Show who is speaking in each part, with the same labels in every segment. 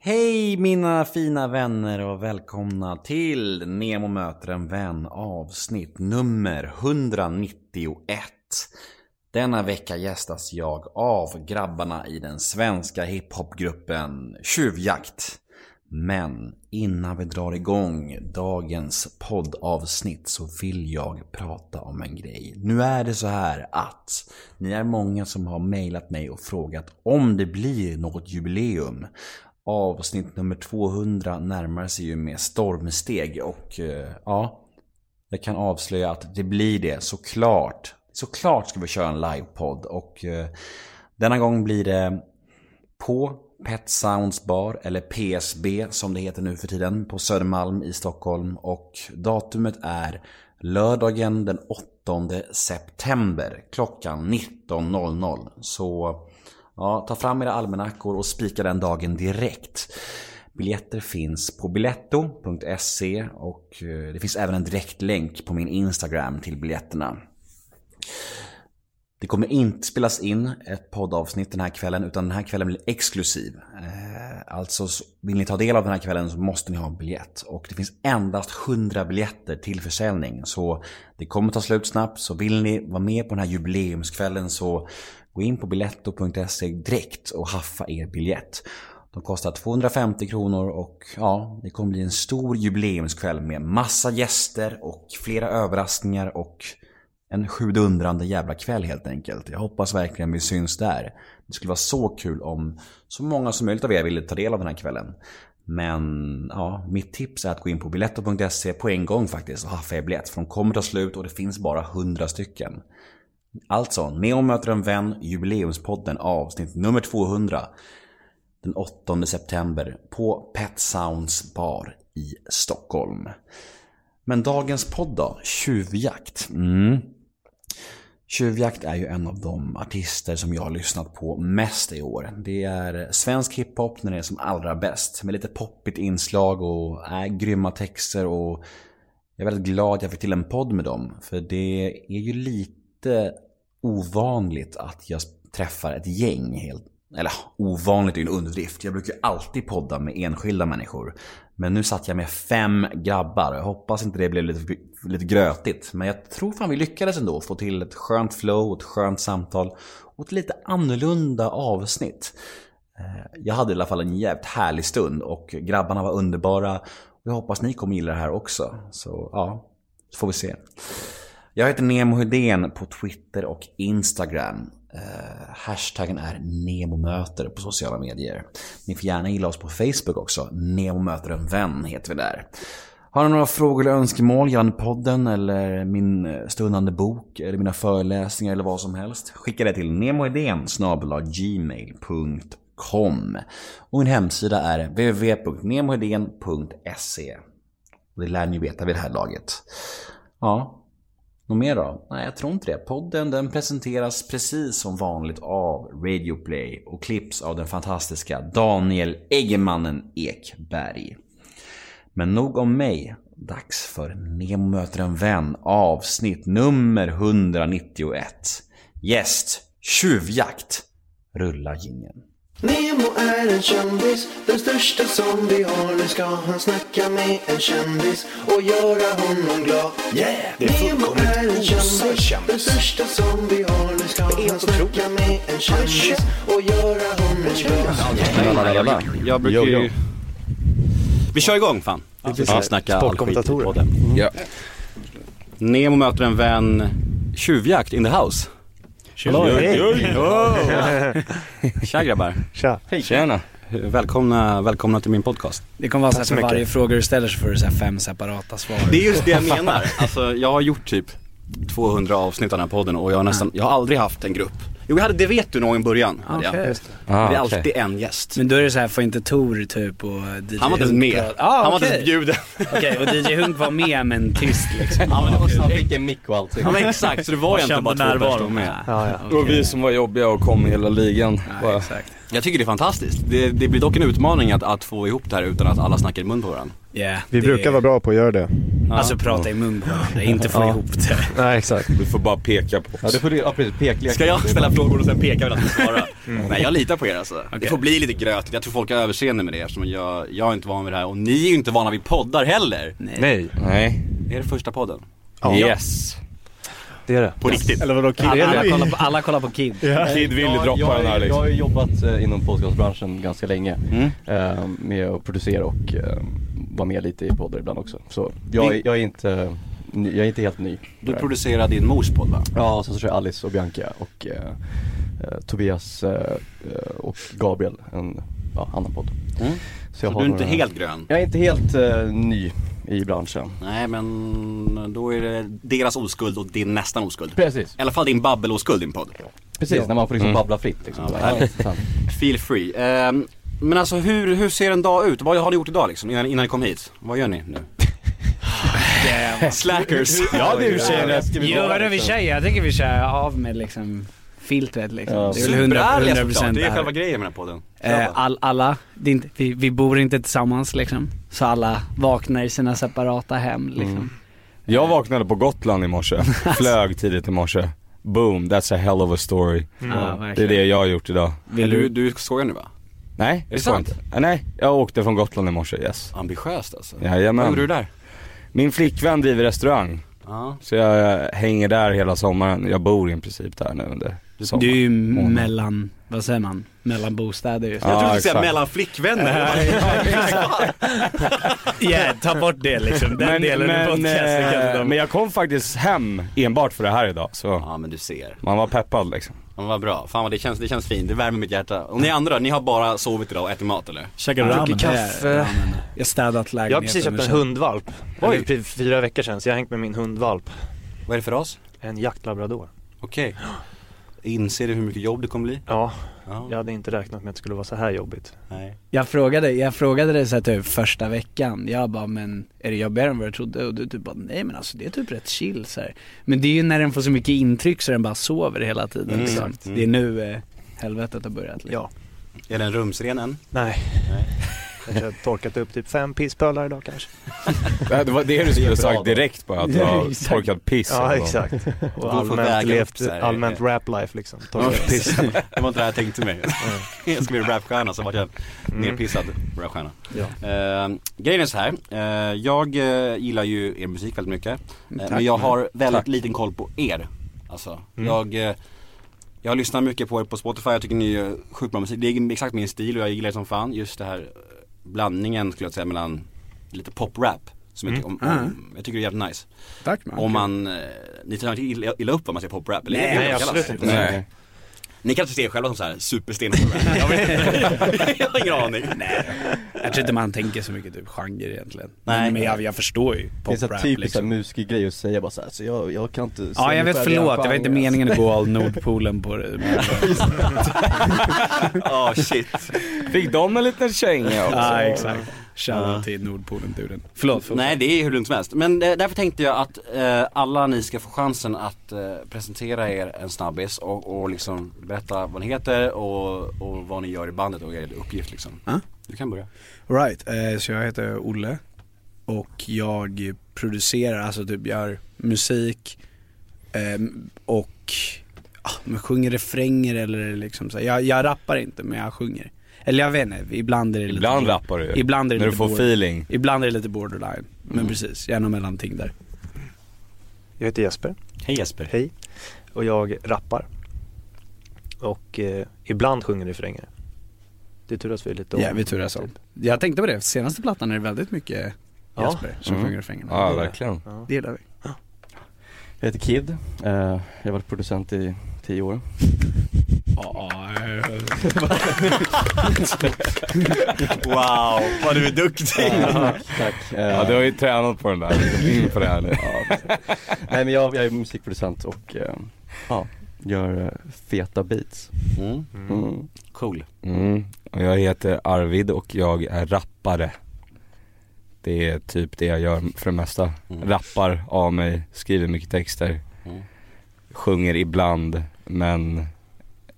Speaker 1: Hej mina fina vänner och välkomna till Nemo möter en vän avsnitt nummer 191. Denna vecka gästas jag av grabbarna i den svenska hiphopgruppen Tjuvjakt. Men innan vi drar igång dagens poddavsnitt så vill jag prata om en grej. Nu är det så här att ni är många som har mejlat mig och frågat om det blir något jubileum. Avsnitt nummer 200 närmar sig ju med stormsteg och eh, ja, jag kan avslöja att det blir det såklart. Såklart ska vi köra en livepodd och eh, denna gång blir det på Pet Sounds Bar, eller PSB som det heter nu för tiden, på Södermalm i Stockholm. Och datumet är lördagen den 8 september klockan 19.00. Så ja, ta fram era almanackor och spika den dagen direkt. Biljetter finns på biletto.se och eh, det finns även en direktlänk på min Instagram till biljetterna. Det kommer inte spelas in ett poddavsnitt den här kvällen utan den här kvällen blir exklusiv. Eh, Alltså så- vill ni ta del av den här kvällen så måste ni ha en biljett. Och det finns endast 100 biljetter till försäljning. Så det kommer ta slut snabbt. Så vill ni vara med på den här jubileumskvällen så gå in på biletto.se direkt och haffa er biljett. De kostar 250 kronor och ja, det kommer bli en stor jubileumskväll med massa gäster och flera överraskningar och en sjudundrande jävla kväll helt enkelt. Jag hoppas verkligen vi syns där. Det skulle vara så kul om så många som möjligt av er ville ta del av den här kvällen. Men ja, mitt tips är att gå in på biletto.se på en gång faktiskt och haffa er biljett. För de kommer ta slut och det finns bara 100 stycken. Alltså, Neo möter en vän, jubileumspodden avsnitt nummer 200. Den 8 september på Pet Sounds bar i Stockholm. Men dagens podd då? Tjuvjakt. Mm. Tjuvjakt är ju en av de artister som jag har lyssnat på mest i år. Det är svensk hiphop när det är som allra bäst. Med lite poppigt inslag och äh, grymma texter och jag är väldigt glad att jag fick till en podd med dem. För det är ju lite ovanligt att jag träffar ett gäng. Helt, eller ovanligt är ju en underdrift. Jag brukar ju alltid podda med enskilda människor. Men nu satt jag med fem grabbar. Jag hoppas inte det blev lite, lite grötigt. Men jag tror fan vi lyckades ändå få till ett skönt flow, ett skönt samtal och ett lite annorlunda avsnitt. Jag hade i alla fall en jävligt härlig stund och grabbarna var underbara. Och jag hoppas ni kommer gilla det här också. Så ja, så får vi se. Jag heter Nemo Hedén på Twitter och Instagram. Eh, hashtaggen är NEMOMÖTER på sociala medier. Ni får gärna gilla oss på Facebook också. Nemo möter en vän heter vi där. Har ni några frågor eller önskemål gällande podden eller min eh, stundande bok eller mina föreläsningar eller vad som helst? Skicka det till nemohedén gmail.com Och min hemsida är www.nemohedén.se Och Det lär ni veta vid det här laget. Ja, något mer då? Nej, jag tror inte det. Podden den presenteras precis som vanligt av Radio Play och klipps av den fantastiska Daniel Eggemannen Ekberg. Men nog om mig. Dags för Nemo möter en vän avsnitt nummer 191. Gäst Tjuvjakt. Rulla jingeln.
Speaker 2: Nemo är en kändis, den största som vi har. Nu ska han snacka med en kändis och göra honom glad.
Speaker 3: Yeah, det är fullkomligt osökt
Speaker 2: den
Speaker 3: kändis.
Speaker 2: största som vi har. Nu ska
Speaker 3: är
Speaker 2: han
Speaker 3: helt
Speaker 2: snacka med en kändis och göra honom glad.
Speaker 4: Jag brukar
Speaker 5: Jo,
Speaker 4: ju...
Speaker 5: jo.
Speaker 4: Vi kör igång fan. Ja, snacka all skit i
Speaker 5: Sportkommentatorer.
Speaker 4: podden.
Speaker 5: Ja.
Speaker 4: Nemo möter en vän. Tjuvjakt in the house.
Speaker 5: Hallå, hej!
Speaker 4: Tja grabbar.
Speaker 5: Tja!
Speaker 4: Tjena. Välkomna, välkomna till min podcast.
Speaker 6: Det kommer vara så här
Speaker 5: så
Speaker 6: för
Speaker 5: mycket.
Speaker 6: varje fråga du ställer så får du så här fem separata svar.
Speaker 4: Det är just det jag menar. Alltså jag har gjort typ 200 avsnitt av den här podden och jag har nästan, jag har aldrig haft en grupp. Jo jag hade, det vet du någon gång i början. hade jag.
Speaker 6: Okej.
Speaker 4: Det är
Speaker 5: Ah,
Speaker 4: alltid en gäst.
Speaker 6: Men då är det så här, får inte Tor typ och DJ
Speaker 4: Han var inte ens
Speaker 6: Hunk
Speaker 4: med.
Speaker 6: prata- Ah,
Speaker 4: Han var inte
Speaker 6: okej.
Speaker 4: ens bjuden.
Speaker 6: Okej, och DJ Hunk var med men tyst liksom.
Speaker 5: Han fick en mick och allting.
Speaker 4: Ja men exakt, så det var egentligen bara två personer med.
Speaker 5: Ja, ja.
Speaker 6: Okej.
Speaker 7: Det var vi som var jobbiga och kom i hela ligan.
Speaker 6: Ja,
Speaker 7: Bara,
Speaker 6: exakt.
Speaker 4: Jag tycker det är fantastiskt. Det, det blir dock en utmaning att, att få ihop det här utan att alla snackar i mun på varandra.
Speaker 6: Yeah,
Speaker 7: Vi
Speaker 6: det-
Speaker 7: brukar vara bra på att göra det.
Speaker 6: Alltså prata i mun på varandra, inte få
Speaker 7: Ja.
Speaker 6: ihop det.
Speaker 7: Nej, exakt.
Speaker 8: Du får bara peka på
Speaker 7: Ja,
Speaker 8: oss.
Speaker 7: du får, ja precis, peklek.
Speaker 4: Ska jag ställa frågor och sen peka vi att ni svarar? Nej jag litar på er alltså. Det får bli lite grötigt, jag tror folk har överseende med det eftersom jag, jag är inte van vid det här och ni är ju inte vana vid poddar heller.
Speaker 7: Nej,
Speaker 8: Nej.
Speaker 4: Det är det första podden.
Speaker 8: Yes.
Speaker 7: det är det.
Speaker 4: På riktigt.
Speaker 7: Eller vadå,
Speaker 6: Alla, alla, kollar på, alla kollar på Kim.
Speaker 8: Kid Willy
Speaker 5: Jag-
Speaker 8: droppar
Speaker 5: jag,
Speaker 8: den här
Speaker 5: Jag
Speaker 8: liksom.
Speaker 5: har ju jobbat eh, inom podcastbranschen ganska länge eh, med att producera och eh, vara med lite i poddar ibland också. Så jag, är- jag, är, inte, eh, ny- jag är inte helt ny.
Speaker 4: Du producerar din mors podd va?
Speaker 5: Ja, och sen så kör jag Alice och Bianca och eh, eh, Tobias eh, eh, och Gabriel, en ja, annan podd. Så, jag
Speaker 4: Så du
Speaker 5: har
Speaker 4: är inte
Speaker 5: några-
Speaker 4: helt grön?
Speaker 5: Jag är inte helt eh, ny i branschen.
Speaker 4: Nej men då är det deras oskuld och din nästan oskuld. I
Speaker 5: Precis,
Speaker 4: alla fall din babbeloskuld din podd.
Speaker 5: precis när man får liksom babbla fritt liksom.
Speaker 4: Ja,
Speaker 5: Ja,
Speaker 4: härligt.
Speaker 5: sant.
Speaker 4: Feel free. Ehm, men alltså hur, hur ser en dag ut? Vad har ni gjort idag liksom innan, innan ni kom hit? Vad gör ni nu? Slackers.
Speaker 8: Ja du tjejerna, ska vi
Speaker 6: Jo
Speaker 8: gå?
Speaker 7: liksom-
Speaker 6: vadå vi kör, jag tycker vi kör av med liksom filtret liksom.
Speaker 5: Ja.
Speaker 6: Det är väl 100, 100%
Speaker 4: såklart, det är
Speaker 6: ärligt.
Speaker 4: själva grejen med den här podden.
Speaker 6: Eh, All, alla, det är inte, vi, vi bor inte tillsammans liksom. Så alla vaknar i sina separata hem liksom.
Speaker 8: Jag vaknade på Gotland i morse. Flög tidigt i morse. Boom, that's a hell of a story.
Speaker 6: Ja,
Speaker 8: Det är
Speaker 6: verkligen.
Speaker 8: det jag har gjort idag.
Speaker 4: Vill du, du skojar nu va?
Speaker 8: Nej,
Speaker 4: det
Speaker 8: skojar
Speaker 4: sant?
Speaker 8: inte. Ah, Nej, jag åkte från Gotland i morse, yes.
Speaker 4: Ambitiöst alltså. Vad gjorde du
Speaker 8: Jajamän.
Speaker 4: där?
Speaker 8: Min flickvän driver restaurang.
Speaker 4: Ja.
Speaker 8: Så jag eh, hänger där hela sommaren. Jag bor i princip där nu under sommaren.
Speaker 6: Du är ju
Speaker 8: Månad.
Speaker 6: mellan, vad säger man, mellan bostäder just nu.
Speaker 8: Ja,
Speaker 4: Jag trodde du skulle säga
Speaker 8: exakt.
Speaker 4: mellan flickvänner.
Speaker 6: Yeah, ta bort det liksom, den
Speaker 8: men,
Speaker 6: delen
Speaker 8: men,
Speaker 6: i podcasten
Speaker 8: eh,
Speaker 6: kanske de...
Speaker 8: men jag kom faktiskt hem enbart för det här idag så
Speaker 4: ja men du ser.
Speaker 8: man var peppad liksom.
Speaker 4: Ja, vad bra. Fan vad det känns, det känns fint. Det värmer mitt hjärta. Och ni andra, ni har bara sovit idag och ätit mat eller?
Speaker 6: Käkar
Speaker 7: du ramen? kaffe.
Speaker 6: Jag har städat lägenheten.
Speaker 7: Jag har precis köpt en hundvalp.
Speaker 4: Oj.
Speaker 7: Eller pre- Fyra veckor sedan, så jag har hängt med min hundvalp.
Speaker 4: Vad är det för ras?
Speaker 7: En jaktlabrador.
Speaker 4: Okej. Inser du hur mycket jobb det kommer bli?
Speaker 7: Ja,
Speaker 4: Ja.
Speaker 7: jag hade inte räknat med att det skulle vara så här jobbigt.
Speaker 4: Nej.
Speaker 6: Jag frågade, jag frågade dig såhär typ första veckan, jag bara men är det jobbigare än vad jag trodde? Och du typ bara nej men alltså det är typ rätt chill så här. Men det är ju när den får så mycket intryck så den bara sover hela tiden
Speaker 4: Mm,
Speaker 6: liksom.
Speaker 4: exakt. Mm.
Speaker 6: Det är nu eh, helvetet har börjat liksom.
Speaker 7: Ja.
Speaker 4: Är den rumsren än?
Speaker 7: Nej. Jag har torkat upp typ fem pisspölar idag kanske.
Speaker 8: Det var det du skulle sagt direkt bara, att jag
Speaker 6: Ja,
Speaker 8: har
Speaker 6: exakt.
Speaker 8: torkat piss.
Speaker 7: Ja, exakt.
Speaker 4: får
Speaker 7: Och
Speaker 4: väga upp
Speaker 7: allmänt levt,
Speaker 4: så här.
Speaker 7: allmänt rap-life liksom.
Speaker 4: Ja,
Speaker 7: Torkat piss.
Speaker 4: Det var inte det jag tänkte mig. jag skulle bli rapstjärna så vart jag nerpissad rapstjärna. Eh, grejen är så här. Eh, jag eh, gillar ju er musik väldigt mycket. Eh, men jag har väldigt liten koll på er. Alltså, jag, eh, jag lyssnar mycket på er på Spotify. Jag tycker ni gör sjukt bra musik. Det är exakt min stil och jag gillar det som fan. Just det här eh, blandningen skulle jag säga mellan lite poprap. Som jag, tycker om, om, jag tycker det är jävligt nice.
Speaker 6: Tack man.
Speaker 4: Om man, eh, ni tar inte illa, illa upp om man säger poprap? eller?
Speaker 6: Nej,
Speaker 4: Det är det
Speaker 7: nej,
Speaker 4: det kallas.
Speaker 7: absolut inte.
Speaker 8: Nej.
Speaker 4: Ni kanske ser er själva som så här superstenhårda Jag vet inte, jag har ingen aning
Speaker 6: Jag tror inte man tänker så mycket typ genre egentligen.
Speaker 4: Nej.
Speaker 6: Men jag, jag förstår ju
Speaker 5: Det är så här
Speaker 6: poprap
Speaker 5: typiskt liksom.
Speaker 6: liksom.
Speaker 5: musikergrej att säga bara så, här, så jag, jag kan inte
Speaker 6: Ja jag vet förlåt, det var inte meningen att gå all Nordpolen på det.
Speaker 4: Ja shit
Speaker 8: Fick de en liten känga också?
Speaker 6: Ja exakt. Shoutout till Nordpolen-duren. Förlåt, förlåt.
Speaker 4: Nej det är hur lugnt som helst Men eh, därför tänkte jag att eh, alla ni ska få chansen att eh, presentera er en snabbis och, och liksom berätta vad ni heter och, och vad ni gör i bandet och er uppgift liksom
Speaker 6: Ja.
Speaker 4: Du kan börja
Speaker 6: Right, eh, så jag heter Olle och jag producerar, alltså typ gör musik eh, och ah, men sjunger refränger eller liksom så här. Jag, jag rappar inte men jag sjunger. Eller jag vet inte, ibland är det lite
Speaker 8: Ibland rappar du ju.
Speaker 6: Ibland är det
Speaker 8: När du
Speaker 6: lite
Speaker 8: får
Speaker 6: bor-
Speaker 8: feeling.
Speaker 6: Ibland är det lite borderline. Men precis, gärna mellanting där.
Speaker 7: Jag heter Jesper.
Speaker 4: Hej Jesper
Speaker 7: Hej. Och jag rappar. Och eh, ibland sjunger refränger. Det turas vi lite om.
Speaker 6: Jävligt turas om. Jag tänkte på det, senaste plattan är det väldigt mycket
Speaker 7: Ja.
Speaker 6: Jesper som
Speaker 8: Mm.
Speaker 6: sjunger refrängerna.
Speaker 8: Ja verkligen.
Speaker 6: Det gillar vi.
Speaker 5: Jag heter Kid, eh, jag har varit producent i tio år Mm.
Speaker 4: Wow, vad du är duktig
Speaker 5: Tack, tack Eh,
Speaker 8: Ja du har ju tränat på den där, liksom,
Speaker 5: Mm,
Speaker 8: in på det här nu.
Speaker 5: ja, Nej men jag, jag är musikproducent och eh, ja, gör eh, feta beats
Speaker 4: mm.
Speaker 5: mm.
Speaker 4: Cool
Speaker 8: Mm. Och jag heter Arvid och jag är rappare. Det är typ det jag gör för det mesta.
Speaker 4: Mm.
Speaker 8: Rappar av mig, skriver mycket texter.
Speaker 4: Mm.
Speaker 8: Sjunger ibland, men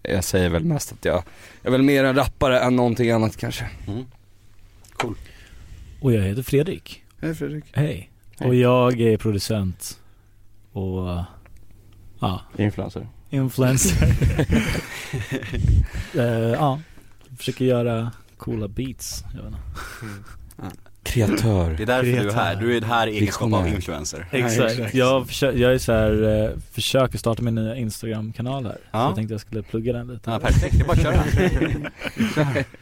Speaker 8: jag säger väl mest att jag, jag är väl mer en rappare än någonting annat kanske.
Speaker 9: Och jag heter Fredrik.
Speaker 6: Hej Fredrik.
Speaker 9: Hej.
Speaker 8: Hej.
Speaker 9: Och jag är producent och eh, ja,
Speaker 5: influencer.
Speaker 9: influencer. Eh, ja, försöker göra coola beats. Jag vet inte.
Speaker 8: Kreatör.
Speaker 4: Det är därför du är här. Du är här i egenskap av
Speaker 8: Visionär.
Speaker 4: influencer.
Speaker 9: Exakt.
Speaker 6: exakt.
Speaker 9: Jag, försö- jag är så här, eh, försöker starta min nya Instagram-kanal här. Så
Speaker 4: Ja.
Speaker 9: jag tänkte jag skulle plugga den lite.
Speaker 4: Ja, perfekt, det är bara att köra.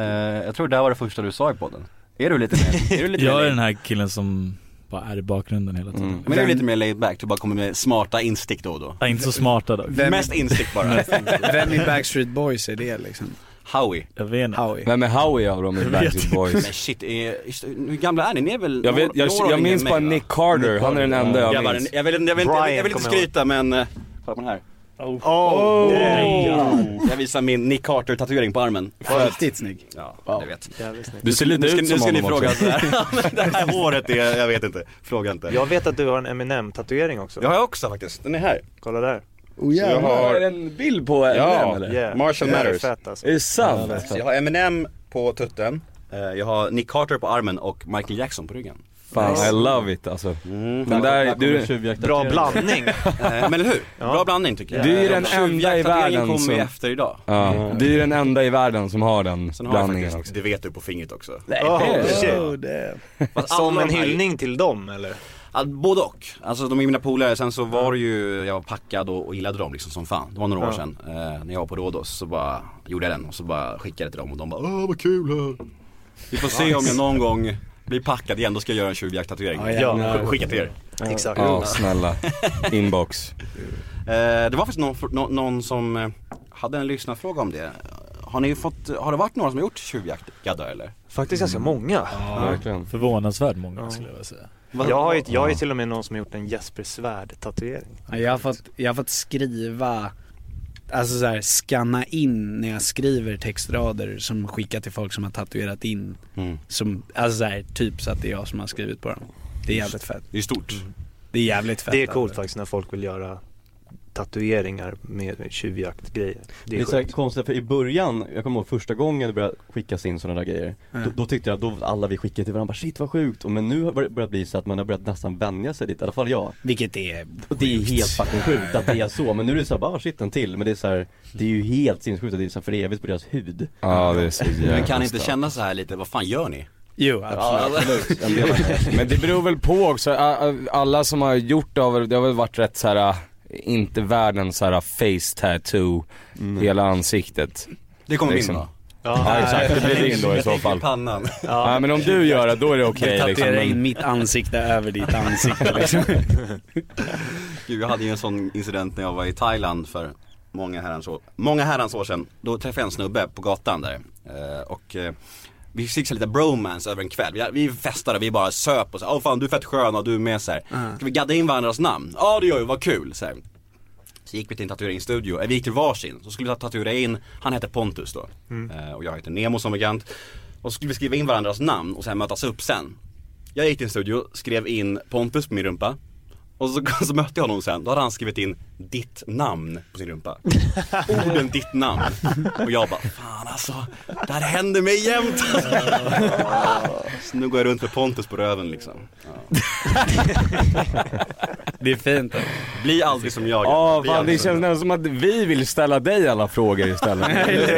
Speaker 4: Eh, jag tror det här var det första du sa i podden. Är du lite mer, är du lite
Speaker 9: jag är
Speaker 4: mer,
Speaker 9: den här killen som bara är i bakgrunden hela tiden.
Speaker 8: Mm.
Speaker 4: men är du lite mer laid back? Du bara kommer med smarta instick då och då.
Speaker 9: Jag är inte så smarta dock.
Speaker 6: Vem-
Speaker 4: Mest instick bara.
Speaker 6: Vem i Backstreet Boys är det liksom?
Speaker 4: Howie.
Speaker 9: Jag vet inte.
Speaker 6: Howie.
Speaker 8: Vem är Howie av dem i Backstreet Boys?
Speaker 4: Men shit, eh, just- hur gamla är ni? Ni är väl
Speaker 8: Jag, vet, jag,
Speaker 4: några år
Speaker 8: jag minns
Speaker 4: yngre än
Speaker 8: bara
Speaker 4: mig, va?
Speaker 8: Nick Carter, han är den enda jag
Speaker 4: Grabbar,
Speaker 8: minns.
Speaker 4: jag vill, jag vill, inte- jag vill
Speaker 7: Brian
Speaker 4: inte
Speaker 7: kommer jag
Speaker 4: skryta men, eh, kolla på den här.
Speaker 7: Oh!
Speaker 4: Jag visar min Nick Carter tatuering på armen.
Speaker 6: Riktigt snygg.
Speaker 4: Ja,
Speaker 8: Wow.
Speaker 4: jag vet.
Speaker 7: Jävligt snyggt.
Speaker 8: Du ser lite
Speaker 4: Nu ska,
Speaker 8: ut
Speaker 4: nu
Speaker 8: som
Speaker 4: ska ni
Speaker 8: honom
Speaker 4: fråga
Speaker 8: också.
Speaker 4: sådär. det här håret är, jag vet inte. Fråga inte.
Speaker 7: Jag vet att du har en Eminem-tatuering också.
Speaker 4: Jag har också faktiskt, den är här.
Speaker 7: Kolla där.
Speaker 6: Oh,
Speaker 8: Jag
Speaker 6: jävlar.
Speaker 8: har en bild på Eminem
Speaker 4: Ja.
Speaker 8: eller?
Speaker 7: Yeah.
Speaker 4: Marshall
Speaker 7: Det här
Speaker 4: Mathers.
Speaker 7: Är fett, alltså.
Speaker 8: Är det sant?
Speaker 4: Så jag har Eminem på tutten, eh, jag har Nick Carter på armen och Michael Jackson på ryggen.
Speaker 8: Fan, I love it alltså.
Speaker 4: Mm.
Speaker 8: Den där, du,
Speaker 7: Bra blandning.
Speaker 4: Eh, Men eller hur?
Speaker 7: Ja.
Speaker 4: Bra blandning tycker jag.
Speaker 8: Du är
Speaker 4: Eh,
Speaker 8: den
Speaker 4: och
Speaker 8: enda i
Speaker 4: tjuvjakttatueringen
Speaker 8: världen
Speaker 4: kommer ju
Speaker 8: som-
Speaker 4: efter idag.
Speaker 8: ja, du är den enda i världen som har den
Speaker 4: Mm. Sen har jag
Speaker 8: blandningen
Speaker 4: faktiskt,
Speaker 8: också.
Speaker 4: det vet du på fingret också.
Speaker 7: Oh, shit.
Speaker 6: Oh, damn.
Speaker 4: Fast
Speaker 7: Som
Speaker 4: alla
Speaker 7: en
Speaker 4: de här-
Speaker 7: hyllning till dem eller?
Speaker 4: Ja, både och. Alltså de är mina polare, sen så var det ju, jag var packad och, och gillade dem liksom som fan. Det var några år
Speaker 7: Ja.
Speaker 4: sedan. Eh, när jag var på Rhodos så bara gjorde jag den och så bara skickade jag till dem och de bara åh vad kul här. Vi får se om jag någon gång blir packad igen, då ska jag göra en tjuvjakttatuering.
Speaker 6: Ja,
Speaker 4: ja.
Speaker 6: jävlar.
Speaker 4: Skicka till er.
Speaker 7: Exakt.
Speaker 8: Ja, snälla. Inbox.
Speaker 4: Eh, det var faktiskt någon, fr- nå- någon som eh, hade en lyssnarfråga om det. Har ni fått, har det varit några som har gjort tjuvjakt, gaddar eller?
Speaker 7: Faktiskt ganska många.
Speaker 8: Verkligen.
Speaker 9: Förvånansvärt många
Speaker 7: Ja.
Speaker 9: skulle jag vilja säga.
Speaker 7: Jag har ju, jag har ju till och med någon som har gjort en Jesper Svärd-tatuering.
Speaker 6: Ja, jag, har fått, jag har fått skriva, alltså så här, skanna in när jag skriver textrader som skickar till folk som har tatuerat in.
Speaker 4: Mm.
Speaker 6: Som, alltså så här, typ så att det är jag som har skrivit på dem. Det är jävligt fett.
Speaker 4: Det är stort.
Speaker 6: Det är jävligt fett.
Speaker 7: Det är coolt
Speaker 6: alltså.
Speaker 7: faktiskt när folk vill göra tatueringar med med tjuvjaktgrejer.
Speaker 5: Det är så här konstigt för i början, jag kommer ihåg första gången det började skickas in sådana där grejer då, då tyckte jag, då alla vi skickade till varandra bara, shit vad sjukt och, Men nu har det börjat- börjat bli så att man har börjat nästan vänja sig dit, i alla fall jag
Speaker 6: Vilket är
Speaker 5: Och det är helt fucking sjukt att det är så, men nu är det såhär, bara ah, shit en till Men det är så här, det är ju helt sinnessjukt att det är så här för evigt på deras hud
Speaker 8: Ja, det är så jävla
Speaker 4: Men kan ni inte
Speaker 8: starkt.
Speaker 4: känna så här lite, vad fan gör ni?
Speaker 6: Jo, absolut.
Speaker 5: En del-
Speaker 8: Men det beror väl på också, Ä- ä- alla som har gjort det har väl, det har väl varit rätt så här. äh, inte världens så här face tattoo, hela ansiktet.
Speaker 4: Det Mm. kommer
Speaker 8: Liksom.
Speaker 4: min då.
Speaker 8: Ja exakt, det blir din då i så fall.
Speaker 4: Pannan.
Speaker 8: Ja men om du gör det, då är det okej liksom.
Speaker 6: Tatuera in
Speaker 8: Men,
Speaker 6: mitt ansikte över ditt ansikte liksom.
Speaker 4: Gud, jag hade ju en sån incident när jag var i Thailand för många herrans år, många herrans år sedan. Då träffade jag en snubbe på gatan där eh, och eh, vi fick så lite bromance över en kväll. Vi, vi festade, vi bara söp och så här, åh fan du är fett skön och du är med så här. Ska vi gadda in varandras namn? Ja det gör vi, vad kul. Så, här. så gick vi till en tatueringsstudio, Eh, vi gick till varsin. Så skulle vi tatuera in, han hette Pontus då eh, och jag heter Nemo som bekant. Och så skulle vi skriva in varandras namn och sen mötas upp sen. Jag gick till en studio, skrev in Pontus på min rumpa och så, så mötte jag honom sen, då hade han skrivit in ditt namn på sin rumpa. Orden ditt namn. Och jag bara, fan alltså, det här händer mig jämt. Så nu går jag runt med Pontus på röven liksom.
Speaker 6: Det är fint.
Speaker 4: Bli aldrig som jag.
Speaker 8: Ja
Speaker 4: Bli
Speaker 8: fan
Speaker 4: aldrig
Speaker 8: det
Speaker 4: som
Speaker 8: känns nästan som att vi vill ställa dig alla frågor istället.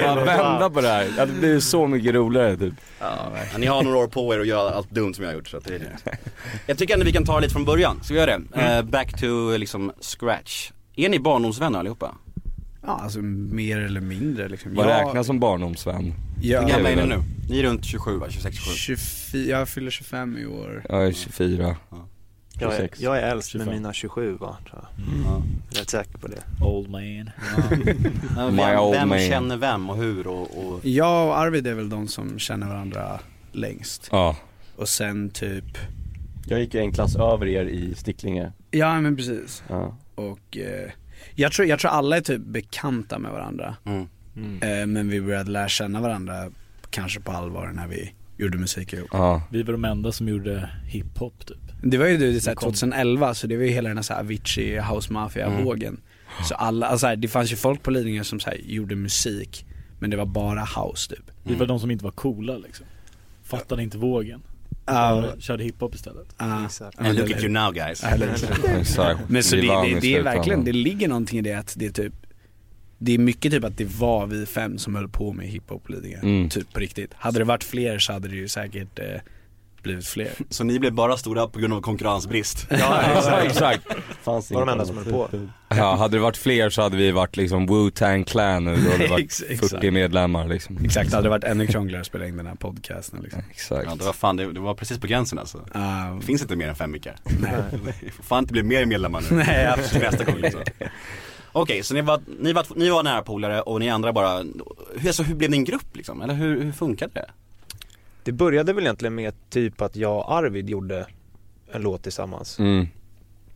Speaker 8: Bara vända på det här. Ja, Det blir så mycket roligare typ.
Speaker 4: jag. Ja, Ni har några år på er att göra allt dumt som jag har gjort så att det är lugnt. Jag tycker ändå vi kan ta det lite från början, så vi gör det.
Speaker 8: Mm.
Speaker 4: Eh, back to eh, liksom scratch. Är ni barndomsvänner allihopa?
Speaker 6: Ja, alltså mer eller mindre liksom.
Speaker 8: Vad
Speaker 6: Jag-
Speaker 8: räknas som barndomsvän?
Speaker 4: Hur
Speaker 6: jag,
Speaker 4: gamla är ni nu? Ni är runt 27 va? 26, 27?
Speaker 6: 24, jag fyller 25 i år.
Speaker 8: Jag är 24.
Speaker 7: Jag är,
Speaker 5: 26.
Speaker 7: jag är äldst med
Speaker 9: 25.
Speaker 7: mina 27 va, tror jag.
Speaker 6: Mm.
Speaker 4: Ja.
Speaker 7: Rätt säker på det.
Speaker 9: Old man.
Speaker 4: Ja,
Speaker 8: My
Speaker 4: Vem,
Speaker 8: old
Speaker 4: vem
Speaker 8: man.
Speaker 4: känner vem och hur och, och
Speaker 6: Jag och Arvid är väl de som känner varandra längst.
Speaker 8: Ja.
Speaker 6: Och sen typ
Speaker 5: Jag gick ju en klass över er i Sticklinge
Speaker 6: Ja men precis.
Speaker 5: ja.
Speaker 6: Och eh, jag, tror, jag tror alla är typ bekanta med varandra.
Speaker 4: Mm.
Speaker 6: Eh, men vi började lära känna varandra kanske på allvar när vi gjorde musik ihop.
Speaker 8: Ja.
Speaker 9: Vi var de enda som gjorde hiphop typ.
Speaker 6: Det var ju det, det, är så här,
Speaker 9: Kom.
Speaker 6: 2011 så det var ju hela den här, så här Avicii house mafia vågen.
Speaker 4: Mm.
Speaker 6: Så alla, alltså här, det fanns ju folk på Lidingö som så här, gjorde musik, men det var bara house typ.
Speaker 4: Mm.
Speaker 9: Det var de som inte var coola liksom. Fattade inte vågen. Bara Körde hiphop istället.
Speaker 6: Ah,
Speaker 4: And look at you now guys.
Speaker 8: Exakt.
Speaker 6: Men så
Speaker 8: Vi
Speaker 6: det,
Speaker 8: vann
Speaker 6: det,
Speaker 8: i
Speaker 6: det är
Speaker 8: slutändan.
Speaker 6: verkligen, det ligger någonting i det att det är typ Det är mycket typ att det var vi fem som höll på med hiphop på Lidingö,
Speaker 8: Mm.
Speaker 6: typ på riktigt. Hade det varit fler så hade det ju säkert eh, blivit fler.
Speaker 4: Så ni blev bara stora på grund av konkurrensbrist?
Speaker 8: Ja, exakt.
Speaker 5: Fanns
Speaker 7: Var de
Speaker 5: inget
Speaker 7: enda som
Speaker 5: annat
Speaker 7: höll på?
Speaker 5: utbud.
Speaker 8: Ja, hade det varit fler så hade vi varit liksom Wu-Tang Clan nu, då hade det varit
Speaker 6: Ex-
Speaker 8: 40 medlemmar liksom.
Speaker 6: Exakt, det hade varit ännu krångligare att spela in den här podcasten liksom.
Speaker 8: Exakt.
Speaker 4: Ja, det var fan, det, det var precis på gränsen alltså.
Speaker 6: Ah,
Speaker 4: Det finns inte mer än fem mickar. Det får fan inte bli mer medlemmar nu.
Speaker 6: Nej, absolut.
Speaker 4: Nästa gång liksom. Okej, så ni var, ni, var, ni var nära polare och ni andra bara, hur, alltså, hur blev ni en grupp liksom? Eller hur, hur funkade det?
Speaker 7: Det började väl egentligen med typ att jag och Arvid gjorde en låt tillsammans
Speaker 8: Mm.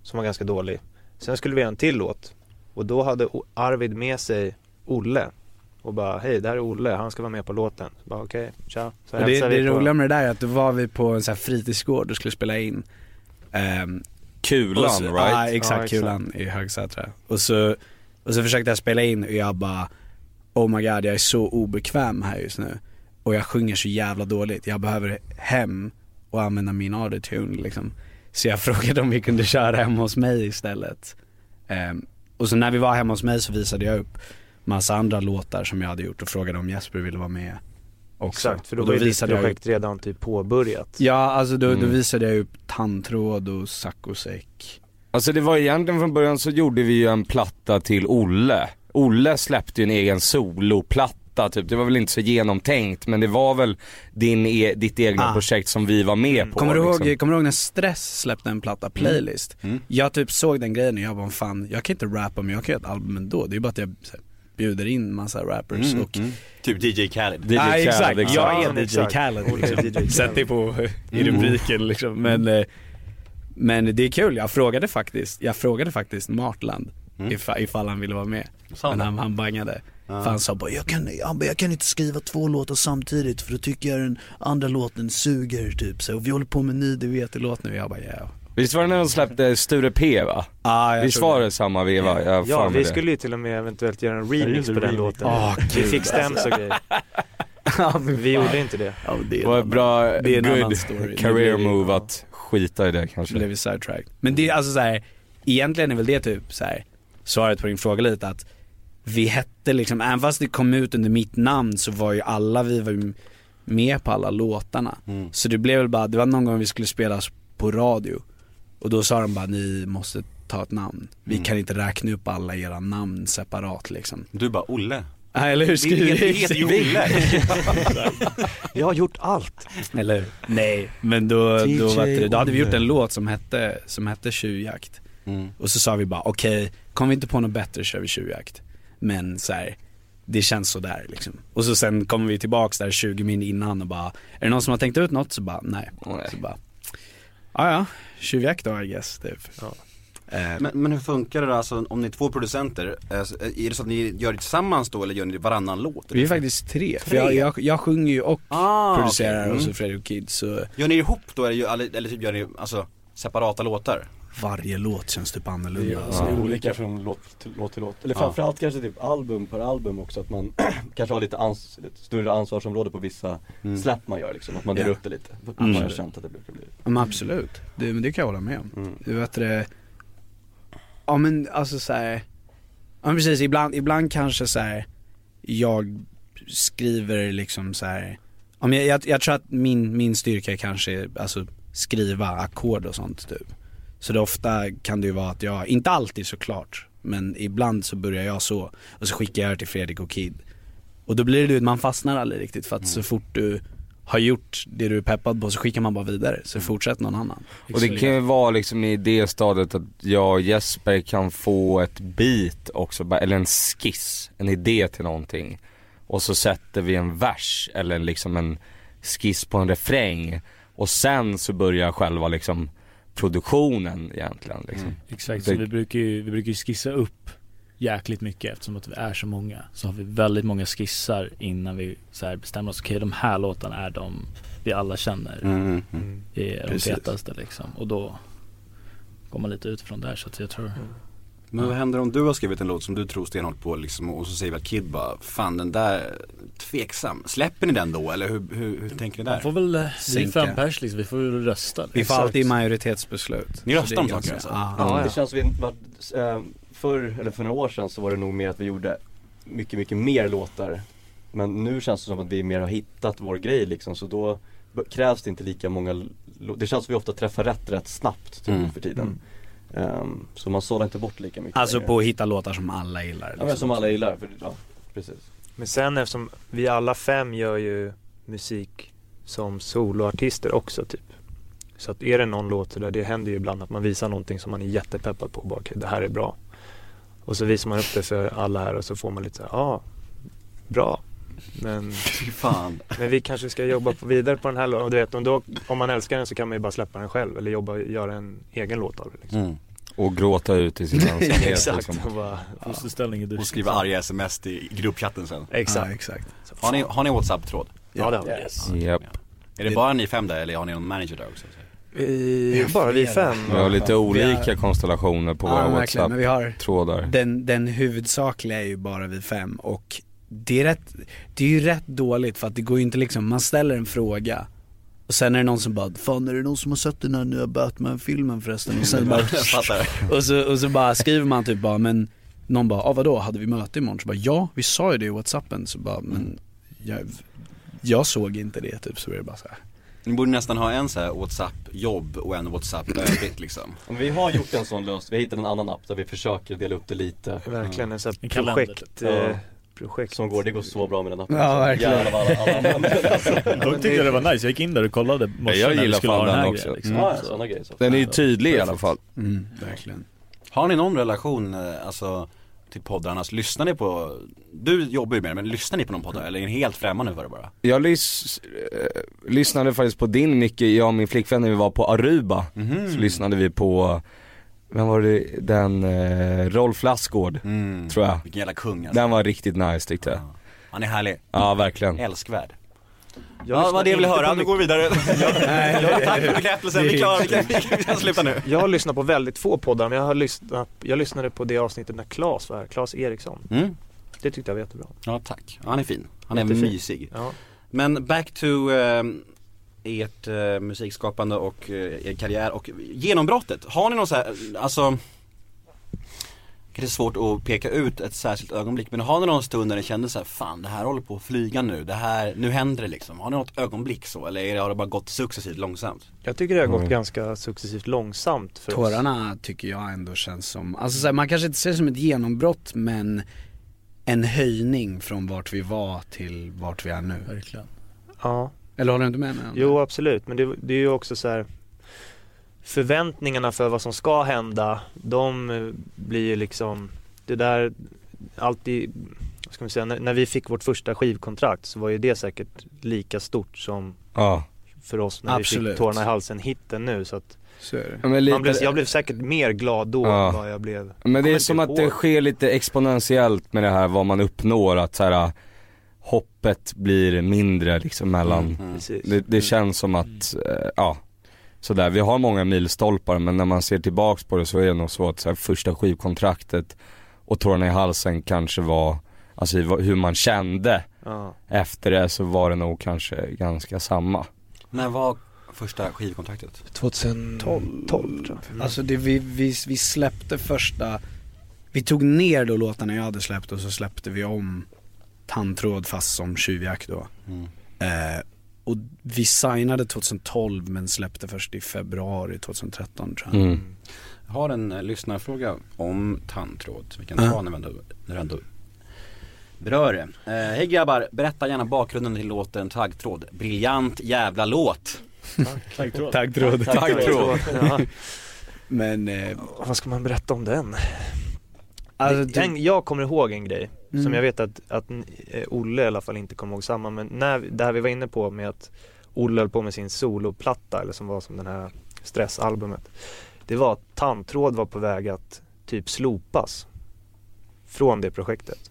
Speaker 7: som var ganska dålig. Sen skulle vi göra en till låt och då hade O- Arvid med sig Olle och bara hej det här är Olle, han ska vara med på låten. Så bara okej, tja. Så
Speaker 6: Och det,
Speaker 7: hälsade
Speaker 6: det
Speaker 7: vi på-
Speaker 6: roliga med det där är att då var vi på en så här fritidsgård och skulle spela in. Ehm,
Speaker 8: Kulan
Speaker 6: Och så- Ja,
Speaker 8: right?
Speaker 6: exakt,
Speaker 7: Ja, exakt.
Speaker 6: kulan i Högsätra. Och så, och så försökte jag spela in och jag bara Oh my god, jag är så obekväm här just nu. Och jag sjunger så jävla dåligt. Jag behöver hem och använda min autotune liksom. Så jag frågade om vi kunde köra hemma hos mig istället. Ehm, och så när vi var hemma hos mig så visade jag upp massa andra låtar som jag hade gjort och frågade om Jesper ville vara med också.
Speaker 7: Exakt, för då,
Speaker 6: Och
Speaker 7: var ju ditt
Speaker 6: visade jag upp
Speaker 7: projekt redan typ påbörjat.
Speaker 6: Ja, alltså då, då
Speaker 8: Mm.
Speaker 6: visade jag upp tandtråd och saccosäck.
Speaker 8: Alltså det var egentligen från början så gjorde vi ju en platta till Olle. Olle släppte ju en egen soloplatta typ. Det var väl inte så genomtänkt men det var väl din e- ditt egna
Speaker 6: Ah.
Speaker 8: projekt som vi var med på.
Speaker 6: Kommer du,
Speaker 8: liksom.
Speaker 6: ihåg, kommer du ihåg när Stress släppte en platta, Playlist? Jag typ såg den grejen och jag bara fan, jag kan inte rappa men jag kan göra ett album ändå. Det är bara att jag så här, bjuder in massa rappers och...
Speaker 4: Typ DJ Khaled.
Speaker 8: DJ
Speaker 6: Ja,
Speaker 8: Khaled,
Speaker 6: exakt,
Speaker 8: liksom.
Speaker 6: jag
Speaker 7: Ja,
Speaker 6: är DJ
Speaker 7: exakt.
Speaker 6: Khaled
Speaker 7: Olika DJ
Speaker 6: liksom.
Speaker 7: Khaled.
Speaker 6: Sätt dig på i rubriken liksom. Men, eh, men det är kul, jag frågade faktiskt, jag frågade faktiskt Martland ifa- ifall han ville vara med.
Speaker 4: Sa
Speaker 6: Men
Speaker 4: han det?
Speaker 6: han, han bangade. För han sa bara, jag kan,
Speaker 3: Han bara, jag kan inte skriva två låtar samtidigt för då tycker jag den andra låten suger typ så. Och vi håller på med ny, du vet.
Speaker 6: det låt nu. Jag bara, ja.
Speaker 8: Visst var det när de släppte Sture P va?
Speaker 6: Ah,
Speaker 8: Visst var det samma veva? Jag har
Speaker 7: Ja,
Speaker 8: för mig
Speaker 7: vi
Speaker 8: det.
Speaker 7: skulle ju till och med eventuellt göra en
Speaker 5: Ja,
Speaker 7: remix
Speaker 5: just det,
Speaker 7: på den
Speaker 5: remix.
Speaker 7: låten.
Speaker 6: Åh,
Speaker 7: vi
Speaker 6: gud,
Speaker 7: fick stems och grejer. Vi gjorde inte det.
Speaker 6: Ja, det
Speaker 8: Det var ett bra,
Speaker 6: Det är en annan
Speaker 8: good
Speaker 6: story.
Speaker 8: career
Speaker 6: Det blir-
Speaker 8: move att skita i det
Speaker 6: Så
Speaker 8: kanske.
Speaker 6: blev vi sidetracked. Men det är alltså så här, egentligen är väl det typ så här, svaret på din fråga lite att vi hette liksom, även fast det kom ut under mitt namn så var ju alla vi var ju med på alla låtarna. Så det blev väl bara, det var någon gång vi skulle spelas på radio och då sa de bara ni måste ta ett namn. Vi kan inte räkna upp alla era namn separat liksom.
Speaker 4: Du bara, Olle.
Speaker 6: Ja, Eller hur?
Speaker 4: Vi heter- vi heter ju Olle.
Speaker 7: Jag har gjort allt.
Speaker 6: Eller hur? Nej, men då, då,
Speaker 7: DJ
Speaker 6: var det, då hade vi gjort
Speaker 7: Olle.
Speaker 6: en låt som hette, som hette Tjuvjakt. Och så sa vi bara okej, kom vi inte på något bättre kör vi tjuvjakt. Men så här, det känns sådär liksom. Och så sen kommer vi tillbaks där 20 min innan och bara, är det någon som har tänkt ut något? Så bara nej.
Speaker 8: Nej.
Speaker 6: Så bara, ja ja, tjuvjakt då I guess typ.
Speaker 7: Ja.
Speaker 6: Eh,
Speaker 4: Men, men hur funkar det då, alltså om ni är två producenter, eh, så- är det så att ni gör det tillsammans då eller gör ni det varannan låt?
Speaker 6: vi är faktiskt tre, för
Speaker 4: Tre?
Speaker 6: jag, jag, jag sjunger ju och
Speaker 4: ah,
Speaker 6: producerar
Speaker 4: okej. Mm.
Speaker 6: och så Fredrik Kid så
Speaker 4: Gör ni det ihop då eller, gör- eller, eller typ gör ni alltså separata låtar?
Speaker 6: varje låt känns typ annorlunda.
Speaker 5: Ja.
Speaker 6: alltså.
Speaker 5: Det är olika från låt till låt. Till låt. Eller framförallt kanske typ album per album också att man kanske har lite ans- ett större ansvarsområde på vissa släpp man gör liksom. Att man delar
Speaker 6: Ja.
Speaker 5: upp det lite. Att
Speaker 6: Mm.
Speaker 5: Man har känt att det brukar bli.
Speaker 6: Ja, Men absolut, det, men det kan jag hålla med om. Du vet det, ja men alltså så här, ja men precis ibland, ibland kanske så här, jag skriver liksom så här, ja, men jag, jag, jag tror att min, min styrka är kanske är, alltså skriva ackord och sånt typ. Så det ofta kan det ju vara att jag, inte alltid såklart, men ibland så börjar jag så och så skickar jag det till Fredrik och Kid. Och då blir det ju, man fastnar aldrig riktigt för att
Speaker 4: Mm.
Speaker 6: så fort du har gjort det du är peppad på så skickar man bara vidare, så
Speaker 4: Mm.
Speaker 6: fortsätter någon annan.
Speaker 8: Och det kan ju vara liksom i det stadiet att jag och Jesper kan få ett beat också, bara- eller en skiss, en idé till någonting. Och så sätter vi en vers eller liksom en skiss på en refräng. Och sen så börjar själva liksom produktionen egentligen liksom.
Speaker 6: Mm.
Speaker 9: Exakt, så vi brukar ju, vi brukar ju skissa upp jäkligt mycket eftersom att vi är så många. Så har vi väldigt många skissar innan vi så här bestämmer oss. Okej, de här låtarna är de vi alla känner.
Speaker 8: Mm.
Speaker 4: Mm,
Speaker 9: är de
Speaker 6: Precis.
Speaker 9: fetaste liksom. Och då går man lite ut från där så att jag tror
Speaker 4: Men vad händer om du har skrivit en låt som du tror stenhårt på liksom, och så säger vi att Kid bara, fan den där, tveksam. Släpper ni den då eller hur, hur, hur tänker ni
Speaker 9: Man
Speaker 4: där?
Speaker 9: får väl, eh, vi är
Speaker 6: Sänka.
Speaker 9: fem pers liksom, vi får väl rösta. liksom.
Speaker 6: Vi får
Speaker 9: Exakt.
Speaker 6: alltid majoritetsbeslut.
Speaker 4: Ni röstar om
Speaker 6: Så det är
Speaker 4: saker
Speaker 6: ganska-
Speaker 4: alltså?
Speaker 6: Ja.
Speaker 5: Det känns som vi vart, eh, förr, eller för några år sedan så var det nog mer att vi gjorde mycket, mycket mer låtar. Men nu känns det som att vi mer har hittat vår grej liksom så då b- krävs det inte lika många lå- Det känns som vi ofta träffar rätt rätt snabbt typ,
Speaker 4: Mm.
Speaker 5: för tiden. Ehm, så man sållar inte bort lika mycket
Speaker 6: Alltså
Speaker 5: längre.
Speaker 6: på att hitta låtar som alla gillar.
Speaker 5: ja,
Speaker 6: liksom.
Speaker 5: men som alla gillar. För, ja, precis.
Speaker 7: Men sen eftersom vi alla fem gör ju musik som soloartister också typ. Så att är det någon låt där, det händer ju ibland att man visar någonting som man är jättepeppad på. och Bara, "Okej, det här är bra. Och så visar man upp det för alla här och så får man lite så här, ja, ah, bra. Men,
Speaker 4: Fy fan.
Speaker 7: men vi kanske ska jobba på, vidare på den här låten. Och du vet, om, då, om man älskar den så kan man ju bara släppa den själv eller jobba, göra en egen låt av det. Liksom.
Speaker 4: Mm.
Speaker 8: Och gråta ut i sin ensamhet liksom.
Speaker 7: Och bara,
Speaker 9: Fosterställning i duschen.
Speaker 4: Och skriva arga sms i gruppchatten sen.
Speaker 7: exakt.
Speaker 6: Ja, exakt.
Speaker 4: Har ni, har ni WhatsApp-tråd?
Speaker 7: Ja, det har vi.
Speaker 8: Japp.
Speaker 4: Är det bara ni fem där eller har ni någon manager där också?
Speaker 7: Vi, bara vi fem.
Speaker 8: Vi har lite
Speaker 6: Vi
Speaker 8: olika konstellationer på
Speaker 6: ja,
Speaker 8: våra
Speaker 6: men verkligen. Men vi har
Speaker 8: WhatsApp-trådar.
Speaker 6: den, den huvudsakliga är ju bara vi fem och det är, rätt, det är ju rätt dåligt för att det går ju inte liksom, man ställer en fråga och sen är det någon som bara, fan är det någon som har sett den här nya Batman-filmen förresten? Och, sen bara,
Speaker 4: Jag fattar.
Speaker 6: och, så, och så bara skriver man typ bara, men någon bara, ah, vadå, hade vi möte imorgon? Så bara, ja, vi sa ju det i Whatsappen. Så bara, men jag, jag såg inte det typ, så är det bara så här.
Speaker 4: Ni borde nästan ha en så här WhatsApp-jobb och en WhatsApp övrigt liksom.
Speaker 5: Men vi har gjort en sån lösning, vi har hittat en annan app där vi försöker dela upp det lite.
Speaker 7: Verkligen en sån här
Speaker 9: En kalender,
Speaker 7: projekt,
Speaker 5: typ.
Speaker 7: eh,
Speaker 5: Ja.
Speaker 7: projekt
Speaker 5: Som går, det går så bra med den appen.
Speaker 6: Ja, verkligen.
Speaker 5: Jävlar vad alla, alla använder den.
Speaker 9: Då tyckte jag det var nice, jag gick in där och kollade morse
Speaker 8: jag
Speaker 9: när vi
Speaker 8: gillar
Speaker 9: skulle ha
Speaker 8: fan
Speaker 9: den här
Speaker 8: den
Speaker 9: grejen,
Speaker 8: också.
Speaker 9: liksom.
Speaker 5: Ja, sådana grejer. Så.
Speaker 8: Den är ju tydlig i alla fall.
Speaker 6: Mm, verkligen.
Speaker 4: Har ni någon relation, eh, alltså till poddarnas, lyssnar ni på, du jobbar ju med det, men lyssnar ni på någon podd eller är ni helt främmande för det bara?
Speaker 8: Jag lys, eh, lyssnade faktiskt på din Micke, jag och min flickvän när vi var på Aruba.
Speaker 4: Mhm.
Speaker 8: Så lyssnade vi på, vem var det, den eh, Rolf Lassgård
Speaker 4: Mm.
Speaker 8: tror jag.
Speaker 4: Vilken jävla kung alltså.
Speaker 8: Den var riktigt nice tyckte jag.
Speaker 4: Ja. Han är härlig,
Speaker 8: Ja verkligen.
Speaker 4: älskvärd.
Speaker 7: Jag
Speaker 4: Ja, det var det jag ville
Speaker 7: lyssnar
Speaker 4: höra,
Speaker 7: inte
Speaker 4: nu
Speaker 7: på
Speaker 4: går vi vidare. Jag- Tack för bekräftelsen, vi är klara, vi kan, vi kan- vi kan sluta nu.
Speaker 7: Jag lyssnar på väldigt få poddar men jag, har lyssnat, jag lyssnade på det avsnittet när Claes var här, Claes Eriksson.
Speaker 4: Mm.
Speaker 7: Det tyckte jag var jättebra.
Speaker 4: Ja tack, han är fin, han är
Speaker 7: Jättefin.
Speaker 4: mysig.
Speaker 7: Ja.
Speaker 4: Men back to eh, ert eh, musikskapande och eh, er karriär och genombrottet. Har ni någon så här, alltså kanske det är svårt att peka ut ett särskilt ögonblick men har ni någon stund när ni kände så här, fan det här håller på att flyga nu, det här, nu händer det liksom. Har ni något ögonblick så eller är det, har det bara gått successivt långsamt?
Speaker 7: Jag tycker det har gått
Speaker 8: Mm.
Speaker 7: ganska successivt långsamt för oss.
Speaker 6: Tårarna tycker jag ändå känns som, alltså så här, man kanske inte ser det som ett genombrott men en höjning från vart vi var till vart vi är nu.
Speaker 9: Verkligen.
Speaker 7: Ja.
Speaker 6: Eller håller du inte med mig om det?
Speaker 7: Jo absolut, men det, det är ju också så här Förväntningarna för vad som ska hända, de eh, blir ju liksom Det där, alltid, vad ska man säga, när, när vi fick vårt första skivkontrakt så var ju det säkert lika stort som
Speaker 8: Ja.
Speaker 7: för oss när vi
Speaker 6: Absolut.
Speaker 7: fick tårarna i halsen hitten nu så att
Speaker 6: Så är det.
Speaker 8: Men,
Speaker 7: Man blev, jag blev säkert mer glad då
Speaker 8: Ja.
Speaker 7: än vad jag blev.
Speaker 8: men det
Speaker 7: kommer
Speaker 8: är som
Speaker 7: inte
Speaker 8: att det
Speaker 7: ihåg.
Speaker 8: sker lite exponentiellt med det här vad man uppnår, att så här, äh, hoppet blir mindre liksom mellan
Speaker 7: Mm, Precis. Mm.
Speaker 8: Det, det känns som att, eh, ja sådär, vi har många milstolpar men när man ser tillbaks på det så är det nog så att så här, första skivkontraktet och tårarna i halsen kanske var, alltså i vad- hur man kände
Speaker 7: Ja.
Speaker 8: efter det så var det nog kanske ganska samma.
Speaker 4: När var första skivkontraktet?
Speaker 7: 2012 tror jag.
Speaker 6: Alltså det, vi, vi, vi släppte första, vi tog ner då låtarna jag hade släppt och så släppte vi om Tandtråd fast som tjuvjakt då.
Speaker 4: Mm.
Speaker 6: Eh, och vi signade 2012 men släppte först i februari 2013 tror jag.
Speaker 8: Mm.
Speaker 4: Jag har en eh, lyssnarfråga om tandtråd. Vi kan
Speaker 6: Ja.
Speaker 4: ta när vi ändå, när vi ändå berör det. Eh, Hej grabbar, berätta gärna bakgrunden till låten Taggtråd. Briljant jävla låt.
Speaker 9: Taggtråd.
Speaker 6: Taggtråd.
Speaker 7: Taggtråd. Ja.
Speaker 6: Men eh,
Speaker 7: Vad ska man berätta om den?
Speaker 6: alltså,
Speaker 7: Det- en,
Speaker 6: det,
Speaker 7: jag kommer ihåg en grej
Speaker 6: Mm.
Speaker 7: som jag vet att, att eh, Olle i alla fall inte kommer ihåg samma men när, vi- det här vi var inne på med att Olle höll på med sin soloplatta eller som var som den här stressalbumet. Det var att tandtråd var på väg att typ slopas från det projektet.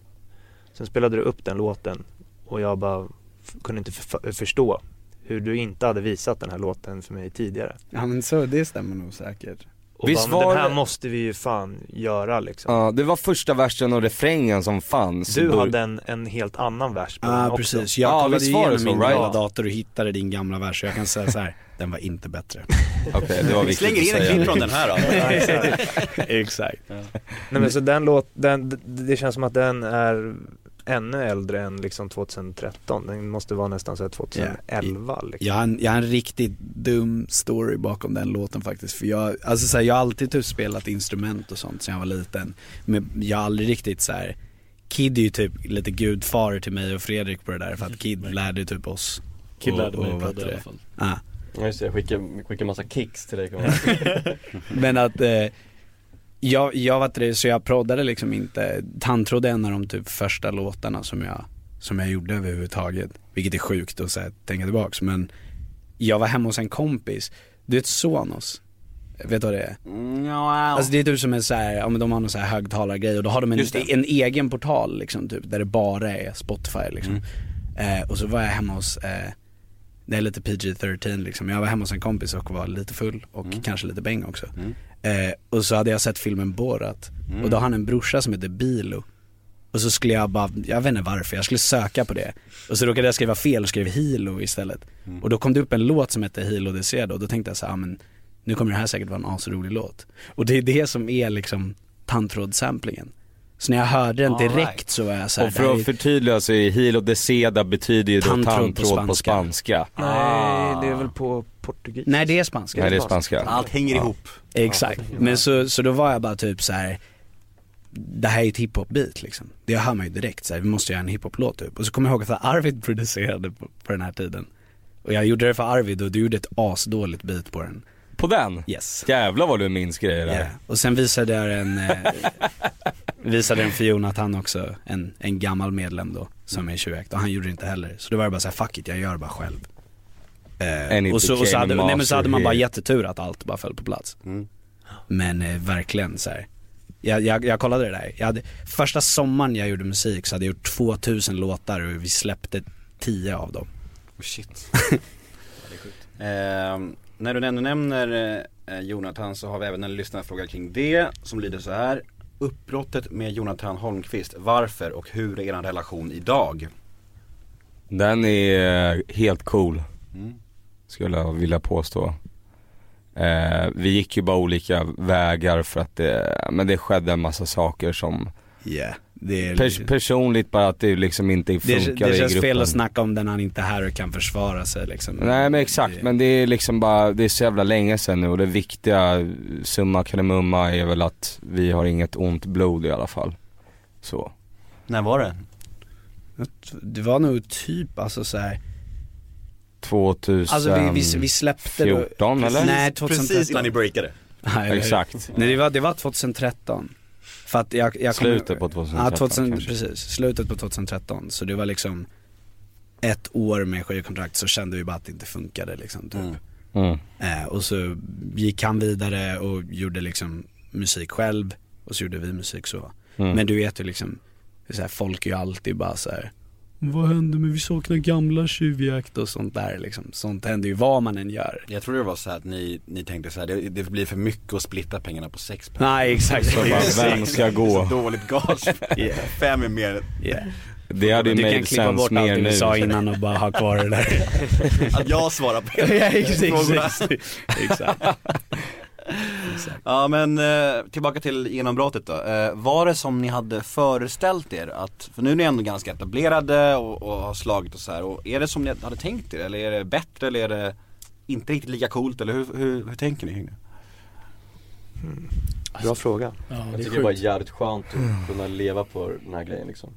Speaker 7: Sen spelade du upp den låten och jag bara f- kunde inte f- förstå hur du inte hade visat den här låten för mig tidigare.
Speaker 6: ja men så det stämmer nog säkert.
Speaker 7: Och
Speaker 8: Visst
Speaker 7: bara, men
Speaker 8: var
Speaker 7: den här
Speaker 8: det-
Speaker 7: måste vi ju fan göra liksom.
Speaker 8: Ja, det var första versen och refrängen som fanns.
Speaker 7: Du
Speaker 8: Bör-
Speaker 7: hade en, en helt annan vers på
Speaker 6: Ja
Speaker 7: den också.
Speaker 6: Ah, precis, jag
Speaker 8: Ja,
Speaker 6: kollade
Speaker 8: visst var det
Speaker 6: igenom
Speaker 8: så,
Speaker 6: min
Speaker 8: right?
Speaker 6: gamla dator och hittade din gamla vers så jag kan säga så här, den var inte bättre.
Speaker 8: Okej, det var
Speaker 4: Vi slänger
Speaker 8: viktigt
Speaker 4: in
Speaker 8: att
Speaker 4: en klipp från
Speaker 8: säga.
Speaker 4: den här då.
Speaker 6: Exakt.
Speaker 7: Nej men så den låt, den, d- det känns som att den är ännu äldre än liksom 2013. Den måste vara nästan så här 2011 liksom.
Speaker 6: Jag har, en, jag har en riktigt dum story bakom den låten faktiskt. För jag, alltså så här, jag har alltid typ spelat instrument och sånt sen jag var liten. Men jag har aldrig riktigt så här. Kid är ju typ lite gudfar till mig och Fredrik på det där för att Kid lärde ju typ oss.
Speaker 9: Mm, Kid
Speaker 6: Och-
Speaker 9: lärde mig
Speaker 6: och vad
Speaker 9: på
Speaker 6: heter
Speaker 9: det i alla
Speaker 6: det?
Speaker 9: fall.
Speaker 6: Ah.
Speaker 5: Ja just det, jag skickar, skickar massa kicks till dig kommer jag ihåg.
Speaker 6: Men att eh, jag, jag var det, så jag proddade liksom inte. Tandtråd är en av de typ första låtarna som jag, som jag gjorde överhuvudtaget. Vilket är sjukt att så här, tänka tillbaks men jag var hemma hos en kompis, du vet Sonos? Vet du vad det är? Alltså det är typ som en så här, ja men de har någon så här högtalargrej och då har de en,
Speaker 4: Just det.
Speaker 6: en egen portal liksom typ där det bara är Spotify liksom.
Speaker 4: Mm.
Speaker 6: Eh, och så var jag hemma hos, eh, det är lite PG-13 liksom, jag var hemma hos en kompis och var lite full och
Speaker 4: Mm.
Speaker 6: kanske lite bäng också. Eh, och så hade jag sett filmen Borat och
Speaker 4: Mm.
Speaker 6: då har han en brorsa som heter Bilo. Och så skulle jag bara, jag vet inte varför, jag skulle söka på det. Och så råkade jag skriva fel och skrev Hilo istället.
Speaker 7: Mm.
Speaker 6: Och då kom det upp en låt som hette Hilo Deseo och då tänkte jag så här, ah, men nu kommer det här säkert vara en asrolig låt. Och det är det som är liksom tandtrådssamplingen. Så när jag hörde den
Speaker 4: All
Speaker 6: direkt
Speaker 4: right.
Speaker 6: så var jag så här,
Speaker 8: och
Speaker 6: det här
Speaker 8: för
Speaker 6: är-
Speaker 8: att förtydliga så är hilo de seda betyder ju då
Speaker 6: Tandtråd på
Speaker 8: tandtråd på spanska.
Speaker 6: spanska.
Speaker 7: Nej, det är väl på portugis.
Speaker 6: Ah. Nej det är spanska.
Speaker 8: Nej det är spanska.
Speaker 4: Allt hänger ihop.
Speaker 6: Exakt, men så, så då var jag bara typ så här. Det här är ett hiphop-beat liksom. Det hör man ju direkt så här, vi måste göra en hiphop-låt typ. Och så kommer jag ihåg att Arvid producerade på, på den här tiden. Och jag gjorde det för Arvid och du gjorde ett asdåligt beat på den.
Speaker 8: På den?
Speaker 6: Yes.
Speaker 8: Jävlar vad du minns grejer där.
Speaker 6: Yeah. Och sen visade jag en, eh, visade en för Jonathan också, en, en gammal medlem då, som är tjuvjakt. Och han gjorde det inte heller. Så då var det bara så här, fuck it, jag gör det bara själv. Eh,
Speaker 8: And it
Speaker 6: och så, och så,
Speaker 8: became
Speaker 6: hade,
Speaker 8: a Mm.
Speaker 6: nej, men så hade man bara
Speaker 8: master hit.
Speaker 6: jättetur att allt bara föll på plats. Men eh, verkligen så här. Jag, jag, jag kollade det där. Jag hade, första sommaren jag gjorde musik så hade jag gjort 2000 låtar och vi släppte 10 av dem.
Speaker 4: Oh, shit. Ehm, när du ändå nämner eh, Jonathan så har vi även en lyssnarfråga kring det som lyder så här. Uppbrottet med Jonathan Holmqvist, varför och hur är er relation idag?
Speaker 8: Den är eh, helt cool.
Speaker 6: Mm.
Speaker 8: Skulle jag vilja påstå. Eh, vi gick ju bara olika vägar för att det, men det skedde en massa saker som
Speaker 6: Yeah. Det, är, liksom-
Speaker 8: pers- personligt bara att det liksom inte
Speaker 6: det,
Speaker 8: funkade
Speaker 6: det
Speaker 8: i
Speaker 6: känns
Speaker 8: gruppen.
Speaker 6: fel att snacka om den när han inte är här och kan försvara sig liksom.
Speaker 8: Nej men exakt,
Speaker 6: Det-
Speaker 8: men det är liksom bara, det är så jävla länge sedan nu och det viktiga, summa kardemumma är väl att vi har inget ont blod i alla fall. Så.
Speaker 4: När var det?
Speaker 6: Det var nog typ alltså så här.
Speaker 8: 2014
Speaker 6: alltså vi, vi, vi släppte då,
Speaker 8: eller?
Speaker 6: Nej,
Speaker 4: Precis
Speaker 6: 2013.
Speaker 4: när ni breakade.
Speaker 6: Nej, eller-
Speaker 8: Exakt.
Speaker 6: Nej det var, det var 2013. För att jag, jag kommer-
Speaker 8: Slutet på 2013
Speaker 6: ja, 2000,
Speaker 8: kanske.
Speaker 6: precis, slutet på 2013. Så det var liksom ett år med skivkontrakt så kände vi bara att det inte funkade liksom typ.
Speaker 8: Mm.
Speaker 6: Eh, och så gick han vidare och gjorde liksom musik själv och så gjorde vi musik så.
Speaker 8: Mm.
Speaker 6: Men du vet ju liksom, så här, folk är ju alltid bara så här. Vad händer med vi saknar gamla tjuvjakt och sånt där liksom. Sånt händer ju vad man än gör.
Speaker 4: Jag tror det var så här att ni, ni tänkte så här, det, det blir för mycket att splitta pengarna på sex personer.
Speaker 6: Nej exakt.
Speaker 8: Så bara, vem ska
Speaker 4: Så
Speaker 8: gå?
Speaker 4: dåligt gas. Fem är mer,
Speaker 6: Yeah.
Speaker 8: Det hade ju
Speaker 6: Du kan
Speaker 8: made
Speaker 6: klippa bort
Speaker 8: sense mer
Speaker 6: allt du sa
Speaker 8: nu. liksom.
Speaker 6: innan och bara ha kvar det där.
Speaker 4: att jag svarar på
Speaker 6: ja,
Speaker 4: frågorna.
Speaker 6: exakt, exakt.
Speaker 4: Ja men eh, tillbaka till genombrottet då. Eh, var det som ni hade föreställt er att, för nu är ni ändå ganska etablerade och, och har slagit och så här. Och är det som ni hade tänkt er eller är det bättre eller är det inte riktigt lika coolt eller hur, hur, hur tänker ni kring det?
Speaker 7: Bra fråga.
Speaker 9: Ja,
Speaker 5: Jag
Speaker 9: det är
Speaker 5: tycker det är bara
Speaker 9: sjukt.
Speaker 5: jävligt skönt att kunna leva på den här grejen liksom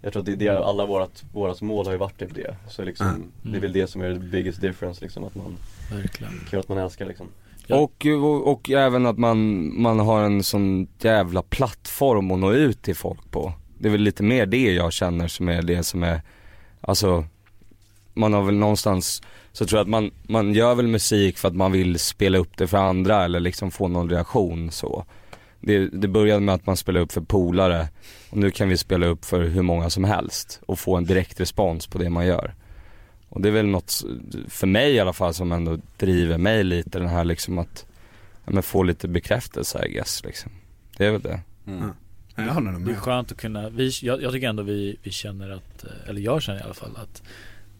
Speaker 5: Jag tror att det är det, alla vårat, vårat mål har ju varit typ det Så liksom, det är väl det som är the biggest difference liksom Att man
Speaker 9: Verkligen.
Speaker 5: kan göra att man älskar liksom
Speaker 8: Och, och, och även att man, man har en sån jävla plattform att nå ut till folk på. Det är väl lite mer det jag känner som är det som är, alltså man har väl någonstans, så tror jag att man, man gör väl musik för att man vill spela upp det för andra eller liksom få någon reaktion så. Det, det började med att man spelade upp för polare och nu kan vi spela upp för hur många som helst och få en direkt respons på det man gör. Och det är väl något, för mig i alla fall, som ändå driver mig lite den här liksom att ja, men få lite bekräftelse I guess liksom. Det är väl det.
Speaker 6: Nej, jag håller nog
Speaker 9: Det är
Speaker 5: Mm.
Speaker 6: med.
Speaker 9: skönt att kunna, vi, jag, jag tycker ändå vi, vi känner att, eh, eller jag känner i alla fall att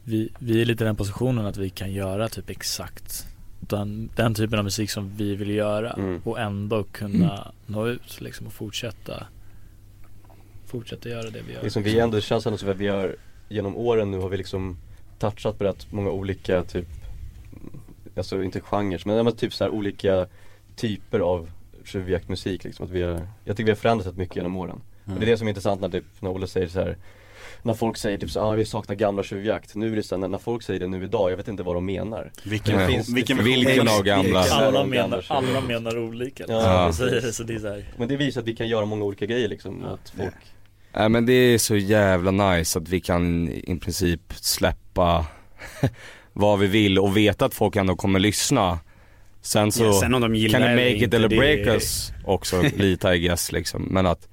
Speaker 9: vi, vi är lite i den positionen att vi kan göra typ exakt den, den typen av musik som vi vill göra
Speaker 5: Mm.
Speaker 9: och ändå kunna nå ut liksom och fortsätta fortsätta göra det vi gör.
Speaker 5: Liksom, vi ändå, det känns ändå som att vi har genom åren nu har vi liksom touchat på rätt många olika typ Alltså inte genrer men ja, men typ så här olika typer av tjuvjaktmusik liksom. Att vi har, jag tycker vi har förändrats rätt mycket genom åren.
Speaker 8: Mm.
Speaker 5: Och det är det som är intressant när, typ, när Olle säger så här när folk säger typ så ah, vi saknar gamla tjuvjakt. Nu är det så här, när- när folk säger det nu idag, jag vet inte vad de menar.
Speaker 4: Vilken,
Speaker 5: Det
Speaker 4: version-
Speaker 5: finns-
Speaker 4: vilken,
Speaker 5: det
Speaker 4: version-
Speaker 5: finns-
Speaker 8: Vilken av gamla?
Speaker 5: Exakt.
Speaker 9: alla,
Speaker 5: de gamla
Speaker 9: menar, alla
Speaker 5: tjuvarna.
Speaker 9: menar olika.
Speaker 5: Ja,
Speaker 9: Ja. Så, så det är så här.
Speaker 5: Men det visar att vi kan göra många olika grejer liksom.
Speaker 9: Ja.
Speaker 5: Att folk,
Speaker 8: Nej men det är så jävla nice att vi kan i princip släppa vad vi vill och veta att folk ändå kommer lyssna. Sen så
Speaker 6: Ja, sen om de gillar
Speaker 8: kan det
Speaker 6: eller
Speaker 8: make it
Speaker 6: inte,
Speaker 8: eller
Speaker 6: det-
Speaker 8: break us också lite I guess liksom. Men att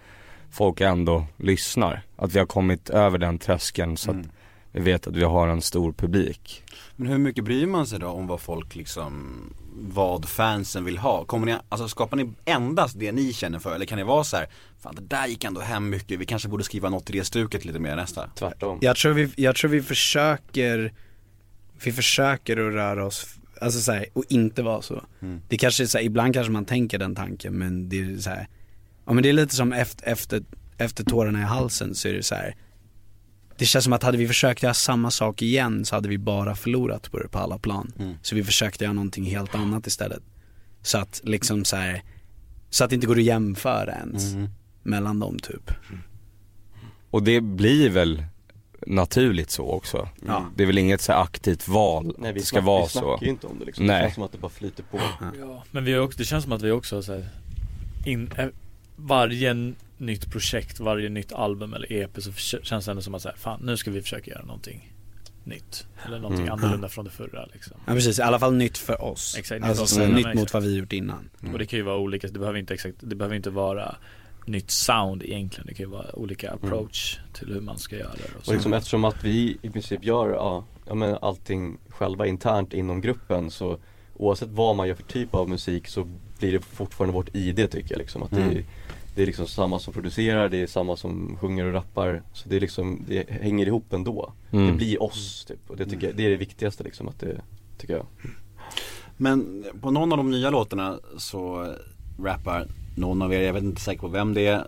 Speaker 8: folk ändå lyssnar. Att vi har kommit över den tröskeln så att
Speaker 4: Mm.
Speaker 8: vi vet att vi har en stor publik.
Speaker 4: Men hur mycket bryr man sig då om vad folk liksom, vad fansen vill ha? Kommer ni, alltså skapar ni endast det ni känner för? Eller kan det vara så här, fan det där gick ändå hem mycket, vi kanske borde skriva något i det stuket lite mer nästa?
Speaker 5: tvärtom.
Speaker 6: Jag tror vi, jag tror vi försöker, vi försöker att röra oss, alltså så här, och inte vara så. Det kanske är så här, ibland kanske man tänker den tanken men det är så här, ja men det är lite som efter, efter, efter tårarna i halsen så är det så här. Det känns som att hade vi försökt göra samma sak igen så hade vi bara förlorat på det på alla plan. Så vi försökte göra någonting helt annat istället. Så att liksom så här, så att det inte går att jämföra ens mellan dem typ.
Speaker 8: Och det blir väl naturligt så också.
Speaker 6: Ja.
Speaker 8: Det är väl inget så här aktivt val
Speaker 5: Nej
Speaker 8: att
Speaker 5: vi,
Speaker 8: det ska
Speaker 5: snack,
Speaker 8: vara
Speaker 5: vi snackar
Speaker 8: så.
Speaker 5: ju inte om det liksom.
Speaker 8: Nej.
Speaker 5: Det känns som att det bara flyter på.
Speaker 9: Ja, men vi har också, det känns som att vi också har så här, in, eh, varje n- nytt projekt, varje nytt album eller EP så förs- känns det ändå som att så här, fan nu ska vi försöka göra någonting nytt. Eller någonting annorlunda från det förra liksom.
Speaker 6: Ja precis, i alla fall nytt för oss.
Speaker 9: Exakt, nytt
Speaker 6: alltså
Speaker 9: för oss.
Speaker 6: så här,
Speaker 9: Mm.
Speaker 6: nytt
Speaker 9: Mm.
Speaker 6: mot vad vi gjort innan.
Speaker 8: Mm.
Speaker 9: Och det kan ju vara olika, det behöver inte exakt, det behöver inte vara nytt sound egentligen. Det kan ju vara olika approach till hur man ska göra det. Och
Speaker 5: Och
Speaker 9: så.
Speaker 6: Mm.
Speaker 5: liksom, eftersom att vi i princip gör ja, ja, men allting själva internt inom gruppen så oavsett vad man gör för typ av musik så blir det fortfarande vårt ID tycker jag liksom. Att
Speaker 6: Mm.
Speaker 5: det, är, det är liksom samma som producerar, det är samma som sjunger och rappar. Så det är liksom, det hänger ihop ändå.
Speaker 8: Mm.
Speaker 5: Det blir oss typ. Och det tycker jag, det är det viktigaste liksom att det, tycker jag.
Speaker 4: Men på någon av de nya låtarna så rappar någon av er, jag vet inte säkert på vem det är,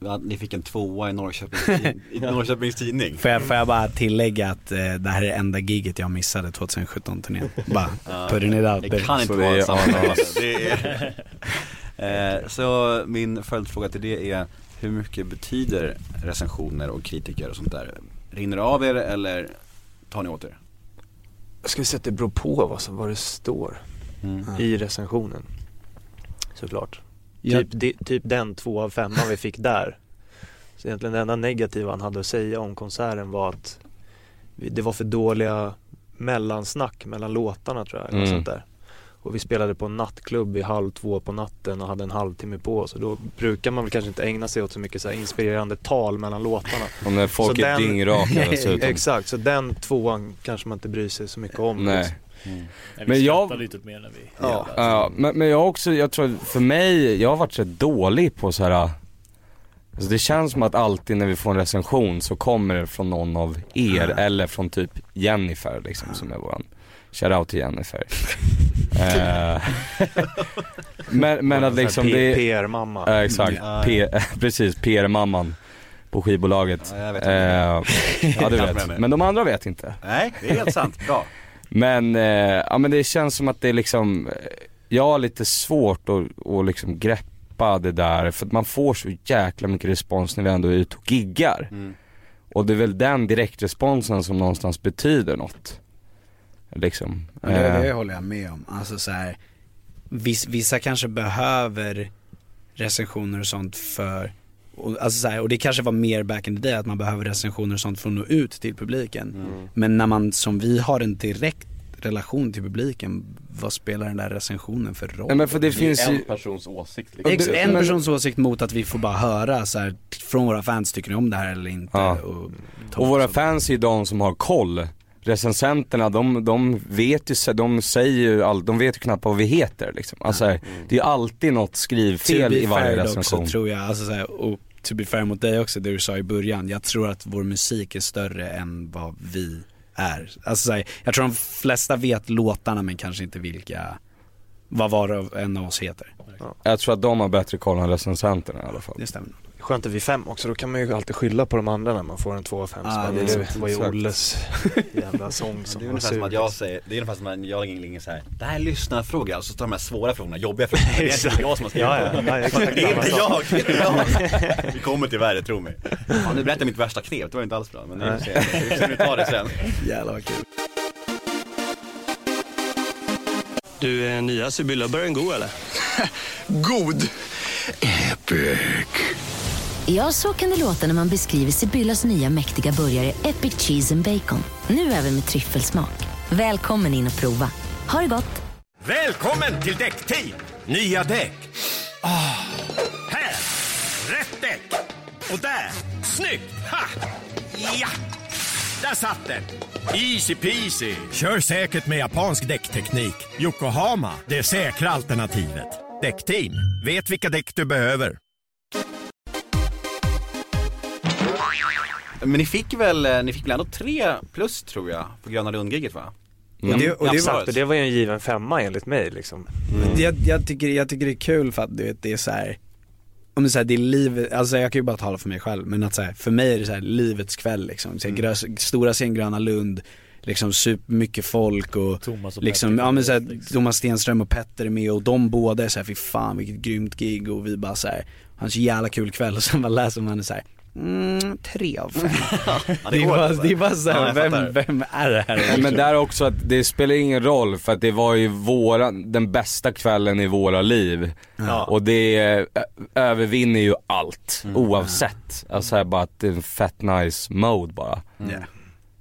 Speaker 4: att ni fick en tvåa i Norrköpings, tid- i Norrköpings tidning.
Speaker 6: Får jag, får jag bara tillägga att eh, det här är det enda giget jag missade 2017-turnén. Bara putting it out
Speaker 4: Det
Speaker 6: there.
Speaker 4: kan inte
Speaker 8: Så det
Speaker 4: vara
Speaker 8: är
Speaker 4: samma
Speaker 8: Arnold.
Speaker 4: sak. Det är- Eh, Så min följdfråga till det är hur mycket betyder recensioner och kritiker och sånt där? Rinner det av er eller tar ni åt er?
Speaker 7: Jag skulle säga att det beror på vad, som, vad det står i recensionen. Såklart.
Speaker 6: Ja.
Speaker 7: Typ, de, typ den två av femman vi fick där. Så egentligen det enda negativa han hade att säga om konserten var att vi- det var för dåliga mellansnack mellan låtarna tror jag. Eller något
Speaker 8: Mm.
Speaker 7: sånt där. Och vi spelade på en nattklubb i halv två på natten och hade en halvtimme på oss. Och då brukar man väl kanske inte ägna sig åt så mycket så här inspirerande tal mellan låtarna.
Speaker 8: Om när folk
Speaker 7: Så
Speaker 8: är
Speaker 7: den-
Speaker 8: dyngraka dessutom.
Speaker 7: Exakt, så den tvåan kanske man inte bryr sig så mycket om.
Speaker 8: Nej.
Speaker 7: liksom.
Speaker 9: Nej, vi
Speaker 8: men jag-
Speaker 9: skrattade lite mer när vi
Speaker 7: Ja.
Speaker 8: Ja, men, men jag har också, jag tror för mig, jag har varit så dålig på så här. Alltså det känns som att alltid när vi får en recension så kommer det från någon av er eller från typ Jennifer liksom som är våran, shoutout till Jennifer. Eh, men, men att
Speaker 7: Så här
Speaker 8: liksom
Speaker 7: P-
Speaker 8: det,
Speaker 7: PR-mamma.
Speaker 8: ja exakt, P, precis PR-mamman på skivbolaget.
Speaker 4: Ja, jag vet
Speaker 8: Eh, ja du
Speaker 4: Jag
Speaker 8: vet,
Speaker 4: menar.
Speaker 8: men de andra vet inte.
Speaker 4: Nej, det är helt sant. Bra.
Speaker 8: Men, eh, ja men det känns som att det är liksom, eh, jag har lite svårt att, att liksom greppa det där för att man får så jäkla mycket respons när vi ändå är ute och giggar. Och det är väl den direktresponsen som någonstans betyder något. Liksom.
Speaker 6: Ja, det, det
Speaker 8: Eh,
Speaker 6: håller jag med om. Alltså så här, viss, vissa kanske behöver recensioner och sånt för, och, alltså så här, och det kanske var mer back in the day att man behöver recensioner och sånt för att nå ut till publiken.
Speaker 8: Mm.
Speaker 6: Men när man som vi har en direkt relation till publiken, vad spelar den där recensionen för roll?
Speaker 8: Nej men för det
Speaker 5: Det
Speaker 8: finns
Speaker 5: är en
Speaker 8: ju,
Speaker 5: persons åsikt liksom.
Speaker 6: Ex-
Speaker 8: det-
Speaker 6: en
Speaker 8: men-
Speaker 6: persons åsikt mot att vi får bara höra så här, från våra fans, tycker ni om det här eller inte?
Speaker 8: Ja.
Speaker 6: Och,
Speaker 8: och våra fans är ju de som har koll recensenterna de, de vet ju, de säger ju all, de vet ju knappt vad vi heter liksom. Alltså, det är ju alltid något
Speaker 6: To
Speaker 8: skrivfel
Speaker 6: be
Speaker 8: i varje
Speaker 6: fair
Speaker 8: recension.
Speaker 6: också tror jag, alltså, så här, och to be fair mot dig också, det du sa i början. Jag tror att vår musik är större än vad vi är. Alltså, så här, jag tror de flesta vet låtarna men kanske inte vilka, vad var och en av oss heter.
Speaker 8: Jag tror att de har bättre koll än recensenterna i alla fall.
Speaker 6: Det stämmer.
Speaker 7: Skönt att vi är fem också, då kan man ju alltid skylla på de andra när man får en två av fem.
Speaker 6: Ah,
Speaker 7: Ah,
Speaker 6: det
Speaker 7: det,
Speaker 6: är
Speaker 7: det
Speaker 6: sant.
Speaker 7: var ju
Speaker 8: Exakt.
Speaker 7: Olles jävla sång
Speaker 4: Det är
Speaker 7: som var
Speaker 4: ungefär som att
Speaker 7: sur.
Speaker 4: jag säger, det är ungefär som att jag lägger in så här. Det här är lyssnarfrågor, alltså ta de här svåra frågorna, jobbiga frågorna. Det är
Speaker 7: Exakt.
Speaker 4: inte jag som har skrivit
Speaker 7: Ja,
Speaker 4: dem.
Speaker 7: ja, nej, exakt
Speaker 4: Det är
Speaker 7: samma
Speaker 4: inte
Speaker 7: sak.
Speaker 4: jag, det är inte jag. Vi kommer till värre, tro mig. Ja, nu berättar jag mitt värsta knep, det var inte alls bra. Men nu
Speaker 7: Nej.
Speaker 4: ser jag- vi får nu ta det sen.
Speaker 6: Jävlar vad kul.
Speaker 10: Du, eh, nya Sibylla, börjar den gå eller?
Speaker 11: God! Epic!
Speaker 12: Ja, så kan det låta när man beskriver Sibyllas nya mäktiga burgare Epic Cheese and Bacon. Nu även med tryffelsmak. Välkommen in och prova. Ha det gott!
Speaker 10: Välkommen till Däckteam! Nya däck. Ah. Här! Rätt däck! Och där! Snyggt! Ha. Ja! Där satt den! Easy peasy! Kör säkert med japansk däckteknik. Yokohama, det säkra alternativet. Däckteam, vet vilka däck du behöver.
Speaker 4: Men ni fick väl, eh, ni fick väl ändå tre plus tror jag, på Gröna Lund-giget va?
Speaker 8: Mm.
Speaker 6: det, och det, var-
Speaker 7: Exakt, och det var ju en given femma enligt mig liksom.
Speaker 6: jag, jag, tycker, jag tycker det är kul för att du vet, det är så här. Om det är så här, det är livet, alltså jag kan ju bara tala för mig själv men att så här, för mig är det så här livets kväll liksom.
Speaker 4: Mm.
Speaker 6: Så här, grös, stora scen Gröna Lund, liksom supermycket folk och
Speaker 9: Thomas och
Speaker 6: liksom,
Speaker 9: Petter.
Speaker 6: ja men så här, Thomas Stenström och Petter är med och de båda är så här, fy fan vilket grymt gig och vi bara så här, han så jävla kul kväll och sen bara läser man det så här. Mm, tre av fem.
Speaker 4: Ja,
Speaker 6: Det är
Speaker 4: går
Speaker 6: bara,
Speaker 4: inte, va?
Speaker 6: det är bara så
Speaker 4: Ja,
Speaker 6: här,
Speaker 4: jag fattar.
Speaker 6: vem, vem är det här?
Speaker 8: Nej, men där också att det spelar ingen roll för att det var ju våra, den bästa kvällen i våra liv. Och det eh, ö- övervinner ju allt oavsett. Alltså här bara att det är en fett nice mode bara.
Speaker 6: Ja.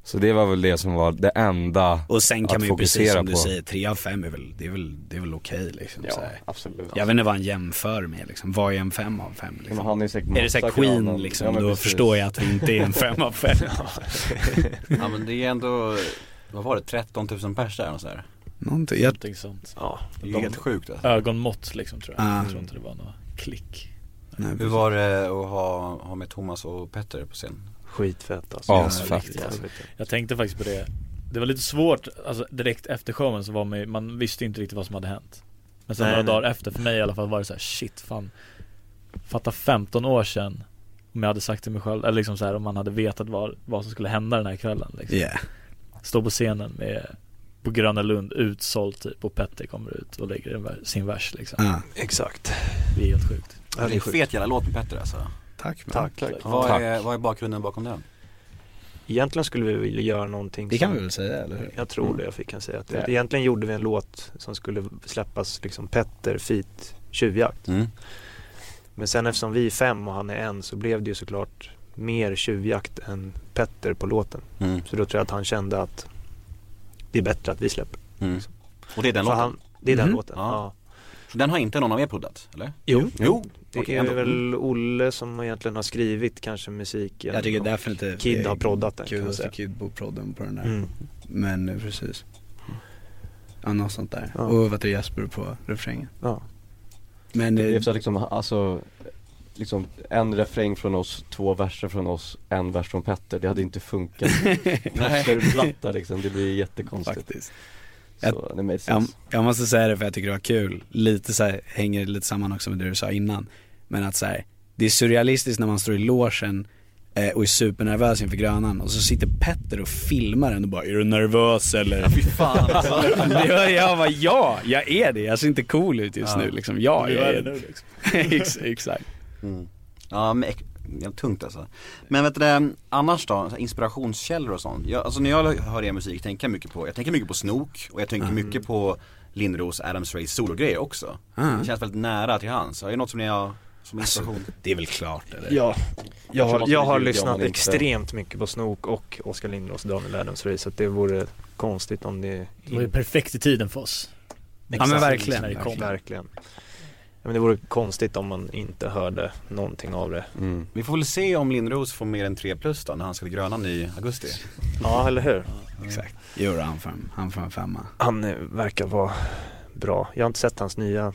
Speaker 8: Så det var väl det som var det enda
Speaker 6: Och sen kan
Speaker 8: att
Speaker 6: man ju precis
Speaker 8: fokusera
Speaker 6: som du
Speaker 8: på.
Speaker 6: säger, tre av fem är väl, det är väl, det är väl okej liksom. så
Speaker 5: Ja,
Speaker 6: här.
Speaker 5: absolut.
Speaker 6: Jag vet inte vad han jämför med liksom. Vad är en fem av fem
Speaker 5: Men
Speaker 6: liksom?
Speaker 5: han är, säkert
Speaker 6: Är det såhär
Speaker 5: massa
Speaker 6: Queen
Speaker 5: gröna-
Speaker 6: liksom,
Speaker 5: Ja, men
Speaker 6: då
Speaker 5: precis.
Speaker 6: förstår jag att det inte är en fem av fem.
Speaker 4: Ja men det är ändå, vad var det, 13 000 pers där och så här.
Speaker 6: Någonting, jag,
Speaker 9: Någonting sånt.
Speaker 7: Ja,
Speaker 4: Det är ju helt sjukt alltså.
Speaker 9: Ögonmått liksom tror jag.
Speaker 6: Ah.
Speaker 9: Jag tror inte det var några klick.
Speaker 6: nej,
Speaker 4: Hur var det att ha, ha med Thomas och Petter på scen?
Speaker 7: skitfett alltså.
Speaker 8: Asfett.
Speaker 7: Riktigt jävligt.
Speaker 9: Jag tänkte faktiskt på det. Det var lite svårt, alltså direkt efter showen så var man ju- man visste inte riktigt vad som hade hänt. Men sen
Speaker 7: Nej,
Speaker 9: några
Speaker 7: nej.
Speaker 9: dagar efter, för mig i alla fall, var det så här: shit fan. Fatta 15 år sedan. Om jag hade sagt till mig själv, eller liksom så här, om man hade vetat vad, vad som skulle hända den här kvällen liksom.
Speaker 6: yeah.
Speaker 9: Stå på scenen med, på Gröna Lund, utsåld typ och Petter kommer ut och lägger en vers, sin vers liksom.
Speaker 7: Mm.
Speaker 6: ah,
Speaker 7: Exakt.
Speaker 9: Det är helt sjukt.
Speaker 7: Ja,
Speaker 4: det är en fet jävla låt med Petter alltså.
Speaker 6: Tack man.
Speaker 7: Tack.
Speaker 4: Vad
Speaker 8: Tack.
Speaker 4: är, vad är bakgrunden bakom den?
Speaker 7: Egentligen skulle vi vilja göra någonting
Speaker 6: Det kan
Speaker 7: som-
Speaker 6: vi väl säga eller hur?
Speaker 7: Jag tror det, jag fick kan säga. Att det, egentligen gjorde vi en låt som skulle släppas liksom Petter, Fit, Tjuvjakt.
Speaker 4: Mm.
Speaker 7: Men sen eftersom vi är fem och han är en så blev det ju såklart mer Tjuvjakt än Petter på låten.
Speaker 4: Mm.
Speaker 7: Så då tror jag att han kände att det är bättre att vi släpper.
Speaker 4: Mm. Och det är den
Speaker 7: För
Speaker 4: låten?
Speaker 7: han, det är den
Speaker 6: Mhm.
Speaker 7: låten.
Speaker 4: Ja.
Speaker 7: Ja.
Speaker 4: Den har inte någon av er proddat, eller?
Speaker 7: Jo.
Speaker 4: Jo.
Speaker 7: Det
Speaker 4: Okej,
Speaker 7: är
Speaker 4: ändå.
Speaker 7: väl Olle som egentligen har skrivit kanske musiken.
Speaker 6: Jag tycker
Speaker 7: och-
Speaker 6: definitivt
Speaker 7: Kid
Speaker 6: det är
Speaker 7: har proddat den, kan
Speaker 6: Kul
Speaker 7: man
Speaker 6: att det är
Speaker 7: säga.
Speaker 6: Kid på prodden på den där.
Speaker 7: Mm.
Speaker 6: Men eh, precis. Ja, något sånt där.
Speaker 7: Ja.
Speaker 6: Och vad det är Jesper på refrängen.
Speaker 7: Ja.
Speaker 6: Men
Speaker 5: Det är
Speaker 6: eh,
Speaker 5: så att liksom, alltså, liksom en refräng från oss, två verser från oss, en vers från Petter. Det hade inte funkat. Petter-platta liksom, det blir jättekonstigt.
Speaker 6: faktiskt.
Speaker 5: Så, det made
Speaker 6: Jag,
Speaker 5: sense.
Speaker 6: jag måste säga det för jag tycker det var kul, lite så här, hänger lite samman också med det du sa innan. Men att så här, det är surrealistiskt när man står i logen eh, och är supernervös inför Grönan och så sitter Petter och filmar en och bara är du nervös eller?
Speaker 4: Fy fan alltså.
Speaker 6: Det var, jag bara ja, jag är det, jag ser inte cool ut just nu liksom. Ja, jag är det.
Speaker 9: liksom.
Speaker 6: Ex- Exakt.
Speaker 4: Ja men ek- det är tungt alltså. Men vet du det, annars då, så här inspirationskällor och sånt. Jag, alltså när jag hör er musik tänker jag mycket på, jag tänker mycket på Snook och jag tänker mycket på Lindros Adams Rays sologrejer också. Det känns väldigt nära till hans. Är det något som ni har som inspiration?
Speaker 6: Det är väl klart eller?
Speaker 7: Ja, jag
Speaker 5: tror
Speaker 7: har,
Speaker 5: man skulle ljuga
Speaker 7: jag har
Speaker 5: om man
Speaker 7: lyssnat
Speaker 5: inte-
Speaker 7: extremt mycket på Snook och Oskar Lindros och Daniel Adams Ray så att det vore konstigt om det...
Speaker 9: Det var ju perfekt i tiden för oss.
Speaker 6: Alltså, Ja men verkligen.
Speaker 9: När det kom.
Speaker 7: Verkligen. men det vore konstigt om man inte hörde någonting av det.
Speaker 6: Mm.
Speaker 4: Vi får väl se om Lindros får mer än 3 plus då när han ska till Grönan i augusti.
Speaker 7: Ja, eller hur?
Speaker 6: Exakt. Jo, han får en- han får en femma.
Speaker 7: Han eh, verkar vara bra. Jag har inte sett hans nya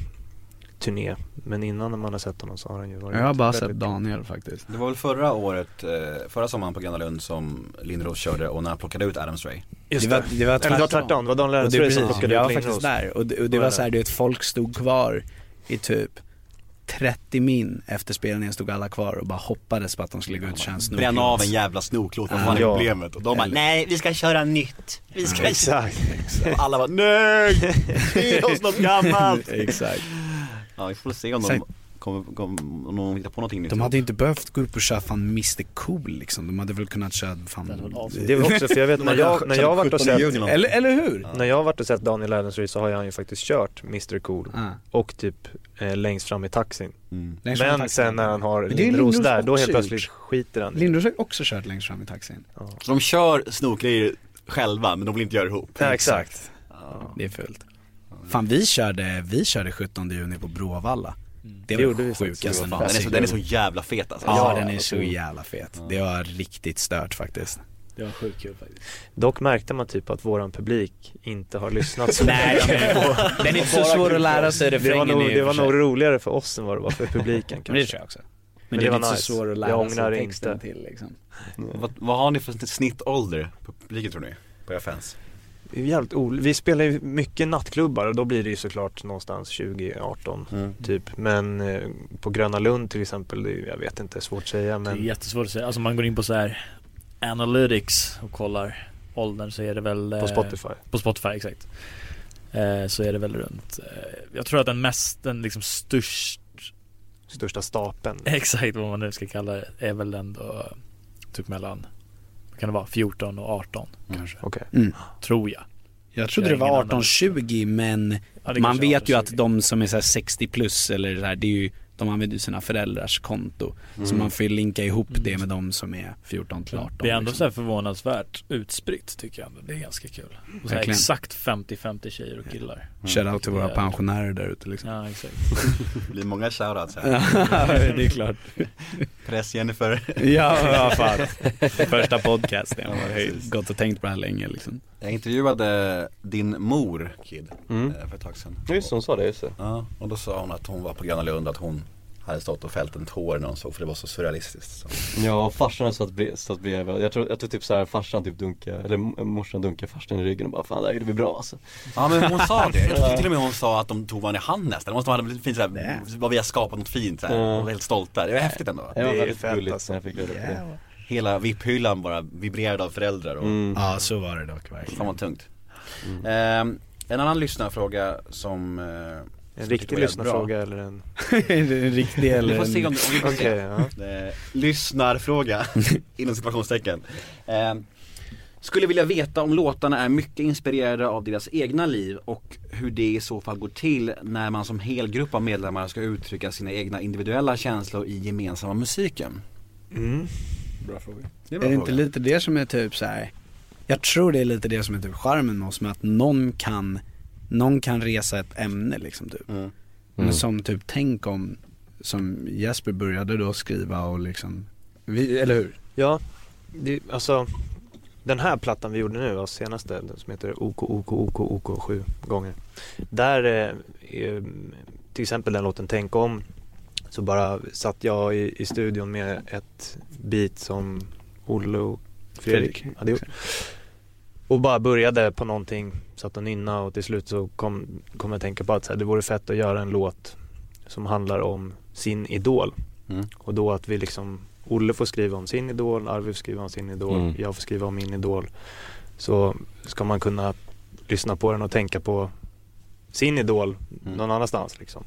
Speaker 7: turné, men innan när man har sett honom så har han ju varit
Speaker 6: Jag har bara
Speaker 7: väldigt-
Speaker 6: sett Daniel faktiskt.
Speaker 4: Det var väl förra året, eh, förra sommaren på Gröna Lund som Lindros körde och när han plockade ut Adams Ray.
Speaker 7: Just det. Eller det var tvärtom, det var Dan
Speaker 6: Och det är
Speaker 7: Lennartsson som
Speaker 6: precis,
Speaker 7: plockade
Speaker 6: Jag var
Speaker 7: ut
Speaker 6: faktiskt
Speaker 7: Lindros.
Speaker 6: där och det, och det
Speaker 7: Var
Speaker 6: var
Speaker 7: det?
Speaker 6: så här, du vet folk stod kvar i typ 30 min efter spelningen stod alla kvar och bara hoppades på att de skulle gå ut och köra en snoklåt.
Speaker 4: Bränna av en jävla snoklåt, vad
Speaker 6: Ja.
Speaker 4: fan är
Speaker 6: Ja.
Speaker 4: problemet? Och de bara,
Speaker 6: Eller-
Speaker 4: nej vi ska köra nytt. Vi ska
Speaker 6: Ja, exakt,
Speaker 4: Och alla bara, nej! Ge oss något gammalt!
Speaker 6: Exakt.
Speaker 4: Ja vi får väl se om de
Speaker 6: Sen-
Speaker 4: kommer, kommer, om de hittar på någonting nytt.
Speaker 6: De hade ju inte behövt gå upp och köra fan Mr Cool liksom. De hade väl kunnat köra fan...
Speaker 7: Det var också, för jag vet när jag, när jag varit och sett,
Speaker 6: Eller, eller hur?
Speaker 7: när jag varit och sett Daniel Lennartsson så har han ju faktiskt kört Mr Cool
Speaker 6: Ah.
Speaker 7: och typ eh, längst fram i taxin.
Speaker 6: Längst fram i
Speaker 7: men
Speaker 6: taxin.
Speaker 7: sen när han har
Speaker 6: Men det är
Speaker 7: Lindros
Speaker 6: Lindros
Speaker 7: där, då
Speaker 6: också
Speaker 7: helt
Speaker 6: gjort.
Speaker 7: plötsligt skiter han i det.
Speaker 6: Lindros har ju också kört längst fram i taxin.
Speaker 4: Så de kör snokgrejer själva men de vill inte göra ihop.
Speaker 7: Ja, exakt.
Speaker 6: Det är fult. Fan vi körde, vi körde 17 juni på Bråvalla. Det
Speaker 7: Det
Speaker 6: var
Speaker 7: gjorde
Speaker 6: det
Speaker 7: vi
Speaker 6: sjukaste
Speaker 4: Fan, den, är så,
Speaker 6: någonsin.
Speaker 4: den är så jävla fet alltså.
Speaker 6: Ja den är så jävla fet. Det var riktigt stört faktiskt.
Speaker 9: Det var sjukt kul faktiskt.
Speaker 7: Dock märkte man typ att våran publik inte har lyssnat så
Speaker 6: Nej,
Speaker 7: mycket.
Speaker 6: men- den är inte så svår att lära sig
Speaker 7: Det var,
Speaker 6: refrängen
Speaker 7: nog,
Speaker 6: i och
Speaker 7: det
Speaker 6: för
Speaker 7: var
Speaker 6: sig.
Speaker 7: nog roligare för oss än vad det var för publiken
Speaker 6: Men det
Speaker 7: kanske.
Speaker 6: tror jag också. Men,
Speaker 7: Men
Speaker 6: det,
Speaker 7: det
Speaker 6: är
Speaker 7: var
Speaker 6: inte så
Speaker 7: nice.
Speaker 6: svårt att
Speaker 7: Jag
Speaker 6: lära
Speaker 7: ångrar
Speaker 6: sig texten
Speaker 7: inte.
Speaker 6: till liksom.
Speaker 4: Vad, vad har ni för snittålder på publiken tror ni? På era fans?
Speaker 7: Vi, är jävligt ol- vi spelar ju mycket nattklubbar och då blir det ju såklart någonstans 2018 typ. Men eh, på Gröna Lund till exempel, det är, ju- jag vet inte, svårt att säga
Speaker 9: Det är
Speaker 7: men
Speaker 9: jättesvårt att säga. Alltså man går in på så här analytics och kollar åldern så är det väl eh,
Speaker 7: på Spotify.
Speaker 9: På Spotify, exakt. Eh, så är det väl runt. Eh, jag tror att den mest, den liksom störst,
Speaker 7: Största stapeln.
Speaker 9: exakt vad man nu ska kalla det, är väl ändå eh, typ mellan, vad kan det vara, 14 och 18 kanske.
Speaker 7: Okej.
Speaker 9: Tror jag.
Speaker 6: Jag trodde
Speaker 9: Jag
Speaker 6: det
Speaker 9: har ingen
Speaker 6: var
Speaker 9: annan.
Speaker 6: 18-20 men
Speaker 9: Ja, det
Speaker 6: man
Speaker 9: kanske
Speaker 6: vet ju
Speaker 9: är
Speaker 6: att de som är så här 60 plus eller så här, det är ju, de använder ju sina föräldrars konto. Så
Speaker 7: Mm.
Speaker 6: man får ju linka ihop det med de som Mm. är 14 till 18.
Speaker 9: Det är ändå
Speaker 6: liksom.
Speaker 9: så här förvånansvärt utspritt tycker jag ändå. Det är ganska kul. Och så här
Speaker 6: Verkligen.
Speaker 9: exakt 50-50 tjejer och killar.
Speaker 6: Shoutout till våra
Speaker 9: Ja.
Speaker 6: pensionärer där ute liksom.
Speaker 9: Ja, exakt.
Speaker 4: Det blir många shoutouts här.
Speaker 6: det är klart.
Speaker 4: Press Jennifer.
Speaker 6: Ja, ja fan. Första podcasten. Jag
Speaker 4: Ja,
Speaker 6: har ju
Speaker 4: precis.
Speaker 6: gått och tänkt på det här länge liksom.
Speaker 4: Jag intervjuade din mor, Kid,
Speaker 5: Mm.
Speaker 4: eh, för ett tag sedan.
Speaker 5: Just det, hon sa det, just det.
Speaker 4: Ja, och då sa hon att hon var på Gröna Lund, att hon hade stått och fällt en tår när hon såg för det var så surrealistiskt. Så.
Speaker 5: Ja, farsan satt, bre- satt bredvid. Jag tror, jag tror typ såhär farsan typ dunkade, eller m- morsan dunkade farsan i ryggen och bara fan det här blir bra alltså.
Speaker 4: Ja men hon sa det, jag tror till och med hon sa att de tog varandra i hand nästan. Det måste vara blivit fint såhär, vad vi har skapat något fint såhär.
Speaker 5: Ja.
Speaker 4: Och var helt stolta. Det var häftigt ändå.
Speaker 5: Det var
Speaker 7: är
Speaker 5: väldigt
Speaker 7: fett,
Speaker 5: gulligt
Speaker 7: alltså.
Speaker 5: när jag fick reda på det.
Speaker 4: Hela VIP-hyllan bara vibrerade av föräldrar och
Speaker 7: Mm.
Speaker 6: Ja, så var det dock verkligen.
Speaker 4: fan vad tungt. Ehm, en annan lyssnarfråga som... eh, som jag
Speaker 7: En
Speaker 4: tyckte
Speaker 7: riktig
Speaker 4: var jävligt bra.
Speaker 7: lyssnarfråga eller en...
Speaker 6: en riktig eller
Speaker 4: Vi får se
Speaker 6: en...
Speaker 4: om, om vi får
Speaker 7: Okej,
Speaker 4: se.
Speaker 7: ja.
Speaker 4: Eh, lyssnarfråga, inom situationstecken. Eh, skulle vilja veta om låtarna är mycket inspirerade av deras egna liv och hur det i så fall går till när man som helgrupp av medlemmar ska uttrycka sina egna individuella känslor i gemensamma musiken.
Speaker 7: Mm.
Speaker 4: Bra fråga. Det är
Speaker 6: Är
Speaker 4: bra
Speaker 6: det
Speaker 4: fråga.
Speaker 6: inte lite det som är typ så här. Jag tror det är lite det som är typ charmen med oss med att någon kan, någon kan resa ett ämne liksom typ.
Speaker 4: Mm.
Speaker 6: Men som typ tänk om, som Jesper började då skriva och liksom, vi, eller hur?
Speaker 7: Ja, det, alltså den här plattan vi gjorde nu, av senaste, den som heter OK, OK, OK, OK sju gånger. Där, eh, är, till exempel den låten Tänk om, så bara satt jag i, i studion med ett beat som Olle och Fredrik
Speaker 6: Fredrik.
Speaker 7: hade gjort. Och bara började på någonting, satt och nynna och till slut så kom, kom jag att tänka på att så här, det vore fett att göra en låt som handlar om sin idol.
Speaker 4: Mm.
Speaker 7: Och då att vi liksom, Olle får skriva om sin idol, Arvid får skriva om sin idol,
Speaker 8: Mm.
Speaker 7: jag får skriva om min idol. Så ska man kunna lyssna på den och tänka på sin idol
Speaker 4: Mm.
Speaker 7: någon annanstans liksom.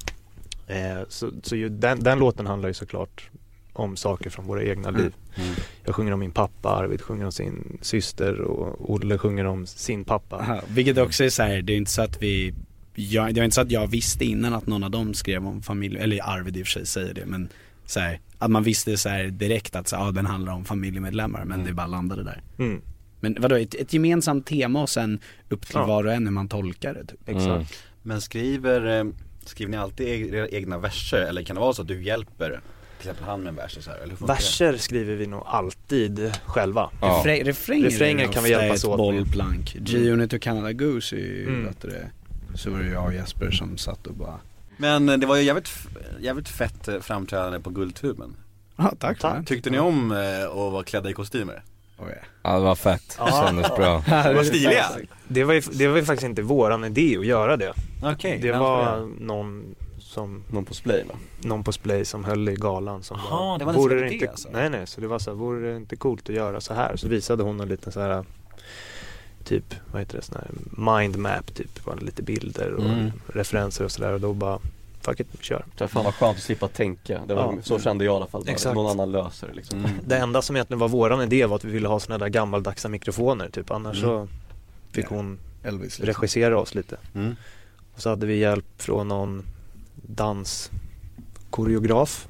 Speaker 7: Eh, så så ju, den, den låten handlar ju såklart om saker från våra egna liv.
Speaker 4: Mm.
Speaker 7: Jag sjunger om min pappa, Arvid sjunger om sin syster och Olle sjunger om sin pappa.
Speaker 6: Aha, vilket också är så här, det är inte så att vi, jag, det var inte så att jag visste innan att någon av dem skrev om familj, eller Arvid i och för sig säger det men så här, att man visste så här direkt att så, här, ah, den handlar om familjemedlemmar men det bara landade där.
Speaker 7: Mm,
Speaker 6: Men vadå, ett, ett gemensamt tema och sen upp till
Speaker 7: Ja. Mm.
Speaker 6: var och en hur man tolkar det typ.
Speaker 7: exakt.
Speaker 4: Men skriver eh, Skriver ni alltid e- era egna verser eller kan det vara så att du hjälper till exempel han med en vers och så här? Eller hur funkar det?
Speaker 7: Verser skriver vi nog alltid själva.
Speaker 6: Ja. Refrä- refränger är
Speaker 7: kan vi
Speaker 6: ofta
Speaker 7: hjälpas
Speaker 6: ett
Speaker 7: åt
Speaker 6: bollplank.
Speaker 7: Mm.
Speaker 6: G-Unit och Canada Goose är ju,
Speaker 7: Mm.
Speaker 6: vet du det, så var det jag och Jesper som satt och bara
Speaker 4: Men eh, det var ju jävligt, f- jävligt fett eh, framträdande på Guldtuben.
Speaker 6: Ja, tack för det.
Speaker 4: Tyckte ni om eh, att vara klädda i kostymer?
Speaker 8: Ja det var fett, det
Speaker 4: Ja.
Speaker 8: kändes bra.
Speaker 4: Det var stiliga.
Speaker 7: Det var, ju, det var ju faktiskt inte våran idé att göra det.
Speaker 4: Okej,
Speaker 7: det
Speaker 4: vem
Speaker 7: var
Speaker 4: var det?
Speaker 7: någon som...
Speaker 5: Någon på Splay va?
Speaker 7: Någon på Splay som höll i galan som
Speaker 4: Aha,
Speaker 7: bara,
Speaker 4: det var en
Speaker 7: vore
Speaker 4: sån
Speaker 7: det
Speaker 4: idé
Speaker 7: inte,
Speaker 4: alltså?
Speaker 7: Nej nej, så det var så här, vore det inte coolt att göra så här? Så visade hon en liten så här typ, vad heter det, sån här mindmap typ, bara lite bilder och
Speaker 5: Mm.
Speaker 7: referenser och sådär och då bara, fuck it, kör.
Speaker 5: Det var fan vad skönt att slippa tänka, det var,
Speaker 7: Ja.
Speaker 5: så kände jag i alla fall bara.
Speaker 7: Exakt. Mm.
Speaker 5: Någon annan löser det liksom
Speaker 7: Det enda som egentligen var våran idé var att vi ville ha såna där gammaldagsa mikrofoner typ, annars
Speaker 5: Mm.
Speaker 7: så fick hon
Speaker 6: Elvis liksom.
Speaker 7: regissera oss lite.
Speaker 4: Mm.
Speaker 7: Och så hade vi hjälp från någon danskoreograf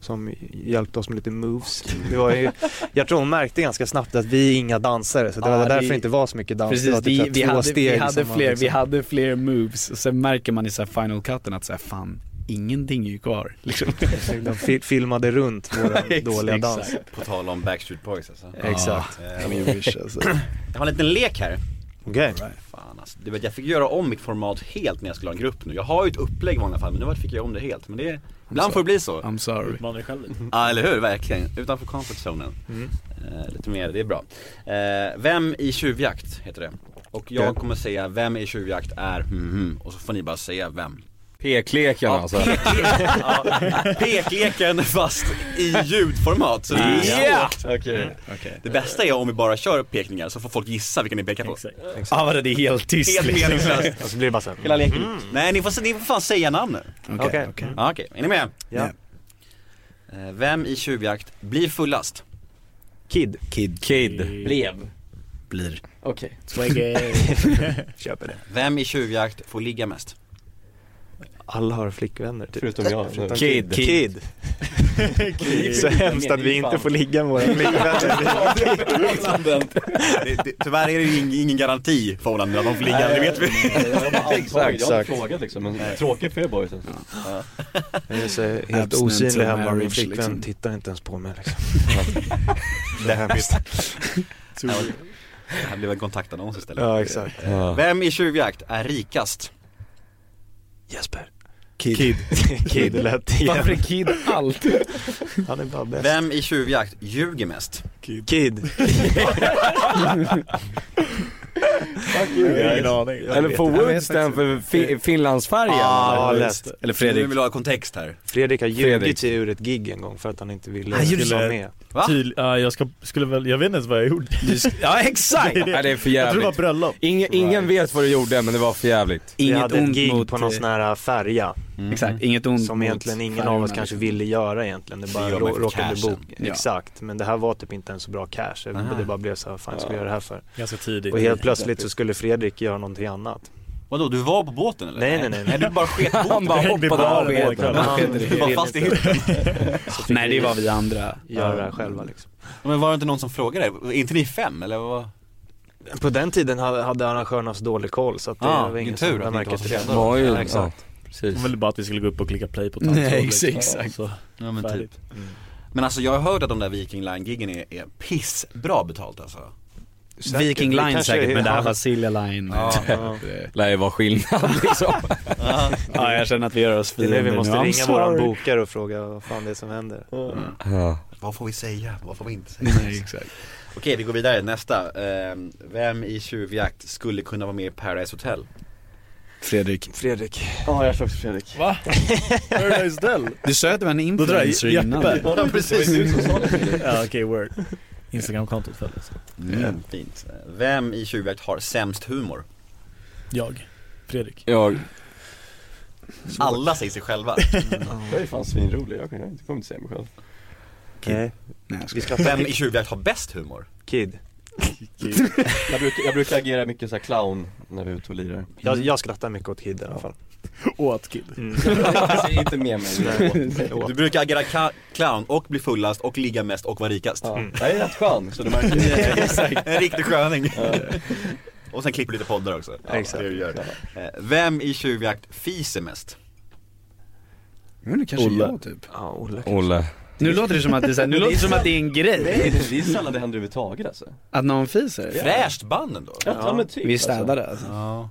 Speaker 7: som hjälpte oss med lite moves. Det var ju, jag tror hon märkte ganska snabbt att vi är inga dansare så det
Speaker 6: Ja,
Speaker 7: var därför
Speaker 6: vi-
Speaker 7: det inte var så mycket dans. det
Speaker 6: Precis,
Speaker 7: var typ så
Speaker 6: vi,
Speaker 7: här
Speaker 6: vi,
Speaker 7: två
Speaker 6: hade,
Speaker 7: steg
Speaker 6: vi,
Speaker 7: i
Speaker 6: hade
Speaker 7: samma,
Speaker 6: fler, vi
Speaker 7: liksom.
Speaker 6: hade fler moves, och sen märker man i så här final cutten att så här, fan, ingenting är ju kvar. Liksom.
Speaker 7: De fi- filmade runt våran dåliga dans.
Speaker 4: På tal om Backstreet Boys alltså.
Speaker 7: Ja. Exakt.
Speaker 4: Eh,
Speaker 6: Kan vi wish, alltså.
Speaker 4: Jag har en liten lek här.
Speaker 7: Okej.
Speaker 4: Fan alltså. Du vet, jag fick göra om mitt format helt när jag skulle ha en grupp nu. Jag har ju ett upplägg i vanliga fall men nu fick jag göra om det helt. Men det, är- ibland får det bli så.
Speaker 6: I'm sorry.
Speaker 9: Utmana dig själv lite.
Speaker 4: Ja eller hur, verkligen. Utanför comfort zonen.
Speaker 9: Mm.
Speaker 4: Eh, lite mer, det är bra. Eh, vem i tjuvjakt heter det. Och jag
Speaker 8: Okej.
Speaker 4: kommer säga vem i tjuvjakt är mhm och så får ni bara säga vem.
Speaker 8: Pekleken alltså.
Speaker 4: pekleken, ja, pekleken fast i ljudformat. Så det är
Speaker 8: Ja.
Speaker 4: svårt. Mm.
Speaker 5: Okej.
Speaker 4: Det bästa är om vi bara kör pekningar så får folk gissa vilka ni pekar på.
Speaker 6: Ja vadå det är helt tyst
Speaker 4: Helt meningslöst.
Speaker 7: Och så blir det bara såhär.
Speaker 4: Hela leken. Nej ni får, ni får fan säga namnen.
Speaker 6: Okej,
Speaker 7: Okej.
Speaker 6: okej.
Speaker 4: Ja, Okej, är ni med?
Speaker 7: Ja.
Speaker 4: Eh, Vem i tjuvjakt blir fullast?
Speaker 7: Kid,
Speaker 6: Kid
Speaker 8: Kid.
Speaker 5: Blev
Speaker 6: blir
Speaker 5: Okej
Speaker 7: köper det.
Speaker 4: Vem i tjuvjakt får ligga mest?
Speaker 7: Alla har flickvänner typ.
Speaker 5: Förutom jag
Speaker 7: Förutom
Speaker 8: Kid.
Speaker 7: Kid. Så hemskt att vi inte får ligga med våra flickvänner.
Speaker 4: Det, det, tyvärr är det ju ing- ingen garanti för Holland att de får ligga, det vet vi.
Speaker 5: Exakt, jag har inte
Speaker 7: exakt.
Speaker 5: frågat liksom men tråkigt för er boys alltså.
Speaker 7: Jag är så helt
Speaker 6: Abstinent
Speaker 7: osynlig
Speaker 6: till
Speaker 7: hemma, min
Speaker 6: marriage,
Speaker 7: flickvän
Speaker 6: liksom.
Speaker 7: tittar inte ens på mig liksom. Det är hemskt.
Speaker 4: Det här blev en kontaktannons istället.
Speaker 7: Ja exakt.
Speaker 4: Vem i tjuvjakt är rikast?
Speaker 7: Jesper.
Speaker 6: Kid.
Speaker 7: Kid lät igen.
Speaker 6: Varför är Kid alltid?
Speaker 7: Han är bara bäst.
Speaker 4: Vem i tjuvjakt ljuger mest?
Speaker 7: Kid.
Speaker 5: Okej.
Speaker 8: Eller får Woods den för fi- Finlandsfärjan?
Speaker 7: Ja,
Speaker 8: eller?
Speaker 7: lätt.
Speaker 6: Eller
Speaker 4: Nu vill jag ha kontext här.
Speaker 7: Fredrik har
Speaker 8: Fredrik.
Speaker 7: ljugit sig ur ett gig en gång för att han inte ville
Speaker 9: Han gjorde
Speaker 7: skulle
Speaker 9: det.
Speaker 7: vara med.
Speaker 4: Va?
Speaker 9: Tydl- ja, jag ska, skulle väl, jag vet inte ens vad jag gjorde.
Speaker 6: Ja exakt!
Speaker 9: Det-
Speaker 8: Nej det är för
Speaker 9: jag
Speaker 8: jävligt.
Speaker 9: tror det var bröllop.
Speaker 8: Ingen, ingen vet vad du gjorde men det var för jävligt.
Speaker 7: Vi
Speaker 6: Inget
Speaker 7: hade en
Speaker 6: ont
Speaker 7: gig
Speaker 6: mot...
Speaker 7: på någon sån här äh, färja
Speaker 6: Exakt, inget ont
Speaker 7: som
Speaker 6: mot
Speaker 7: egentligen ingen
Speaker 6: färgerna,
Speaker 7: av oss kanske
Speaker 6: liksom.
Speaker 7: ville göra egentligen. Det bara
Speaker 4: gör man
Speaker 7: rå-
Speaker 4: för
Speaker 7: råkade
Speaker 4: cashen.
Speaker 7: boka.
Speaker 6: Ja.
Speaker 7: Exakt, men det här var typ inte en så bra cash.
Speaker 4: Aha.
Speaker 7: Det bara blev så här, fan ska vi göra det här för?
Speaker 9: Ganska tidigt.
Speaker 7: Och helt plötsligt så skulle Fredrik göra någonting annat.
Speaker 4: Vadå, du var på båten eller?
Speaker 7: Nej, nej, nej.
Speaker 4: du bara sket på båten.
Speaker 8: Han bara
Speaker 9: hängde
Speaker 8: hoppade
Speaker 9: bara
Speaker 8: av
Speaker 9: med
Speaker 8: helt
Speaker 9: kvällen.
Speaker 8: enkelt.
Speaker 4: Du var fast i hytten.
Speaker 6: liksom. Nej det var vi andra.
Speaker 7: göra det
Speaker 6: Ja.
Speaker 7: här själva liksom.
Speaker 4: Men var det inte någon som frågade dig? Är inte ni fem eller? Vad?
Speaker 7: På den tiden hade, hade arrangörerna så dålig koll så att det
Speaker 4: Ja, Ah,
Speaker 7: var ingen
Speaker 4: vilken tur att
Speaker 7: som
Speaker 4: ni inte
Speaker 7: märkte
Speaker 4: var så
Speaker 7: det.
Speaker 4: rädda.
Speaker 8: Var ju,
Speaker 7: Ja,
Speaker 8: ja,
Speaker 7: exakt.
Speaker 9: De
Speaker 8: precis.
Speaker 9: ville bara att vi skulle gå upp och klicka play på
Speaker 6: Nej,
Speaker 9: tandtråd
Speaker 6: exakt.
Speaker 9: Så,
Speaker 4: liksom. Ja men typ.
Speaker 9: färdigt.
Speaker 7: Mm.
Speaker 4: Men alltså jag har hört att de där Viking Line-giggen är, är pissbra betalt alltså.
Speaker 6: Viking
Speaker 7: Det
Speaker 6: Line
Speaker 7: kanske
Speaker 6: säkert,
Speaker 7: är-
Speaker 6: men det här var Silja Line.
Speaker 4: Ja.
Speaker 7: Ja.
Speaker 8: Lär ju vara skillnad liksom.
Speaker 6: ja jag känner att vi gör oss
Speaker 7: Det är nu
Speaker 6: fiender
Speaker 7: vi måste
Speaker 6: nu. I'm
Speaker 7: ringa våran
Speaker 6: sorry.
Speaker 7: bokare och fråga vad fan det är som händer.
Speaker 8: Ja.
Speaker 4: Vad får vi säga? Vad får vi inte säga?
Speaker 6: Nej exakt.
Speaker 4: Okej, vi går vidare. Nästa. Ehm, vem i tjuvjakt skulle kunna vara med i Paradise Hotel?
Speaker 6: Fredrik.
Speaker 7: Fredrik.
Speaker 5: Ja jag kör också Fredrik
Speaker 9: Va? Paradise Dell?
Speaker 6: Du sa att du var en
Speaker 9: Då drar jag
Speaker 6: influencer innan.
Speaker 9: Jeppe.
Speaker 4: Ja, precis.
Speaker 9: Ja okej, word. Instagramkontot följdes.
Speaker 4: Mm, fint. Vem i tjuvjakt har sämst humor?
Speaker 9: Jag. Fredrik.
Speaker 8: Jag,
Speaker 4: Alla säger sig själva.
Speaker 5: Jag är fan svinrolig, jag kommer inte, kommer inte säga mig själv
Speaker 7: Kid.
Speaker 6: Nej jag
Speaker 7: Vi
Speaker 6: skojar.
Speaker 7: ska
Speaker 4: Vem i tjuvjakt har bäst humor?
Speaker 7: Kid.
Speaker 5: Jag brukar, jag brukar agera mycket såhär clown när vi är ute och lirar
Speaker 7: Jag, jag skrattar mycket åt Kid i alla fall.
Speaker 9: Åt Kid.
Speaker 5: alltså, inte med mig
Speaker 7: Nej, åt.
Speaker 4: Du brukar agera ka- clown och bli fullast och ligga
Speaker 5: Mm.
Speaker 4: mest och vara rikast.
Speaker 5: ja. Jag är rätt skön så du märker
Speaker 4: En riktig sköning. Och sen klipper lite poddar också.
Speaker 7: Ja, exakt.
Speaker 4: det gör det. Eh, Vem i Tjuvjakt fiser mest?
Speaker 6: Men det kanske
Speaker 4: Olle.
Speaker 6: jag typ.
Speaker 7: Ja, Olle.
Speaker 8: Olle.
Speaker 6: Nu låter det som att det är, så här, nu låter det som att det är en
Speaker 5: Nej,
Speaker 6: grej.
Speaker 5: det är sällan det händer överhuvudtaget alltså.
Speaker 6: Att någon fiser.
Speaker 4: Fräscht band ändå.
Speaker 5: Ja, ja men typ.
Speaker 6: Vi är städade alltså.
Speaker 4: Ja.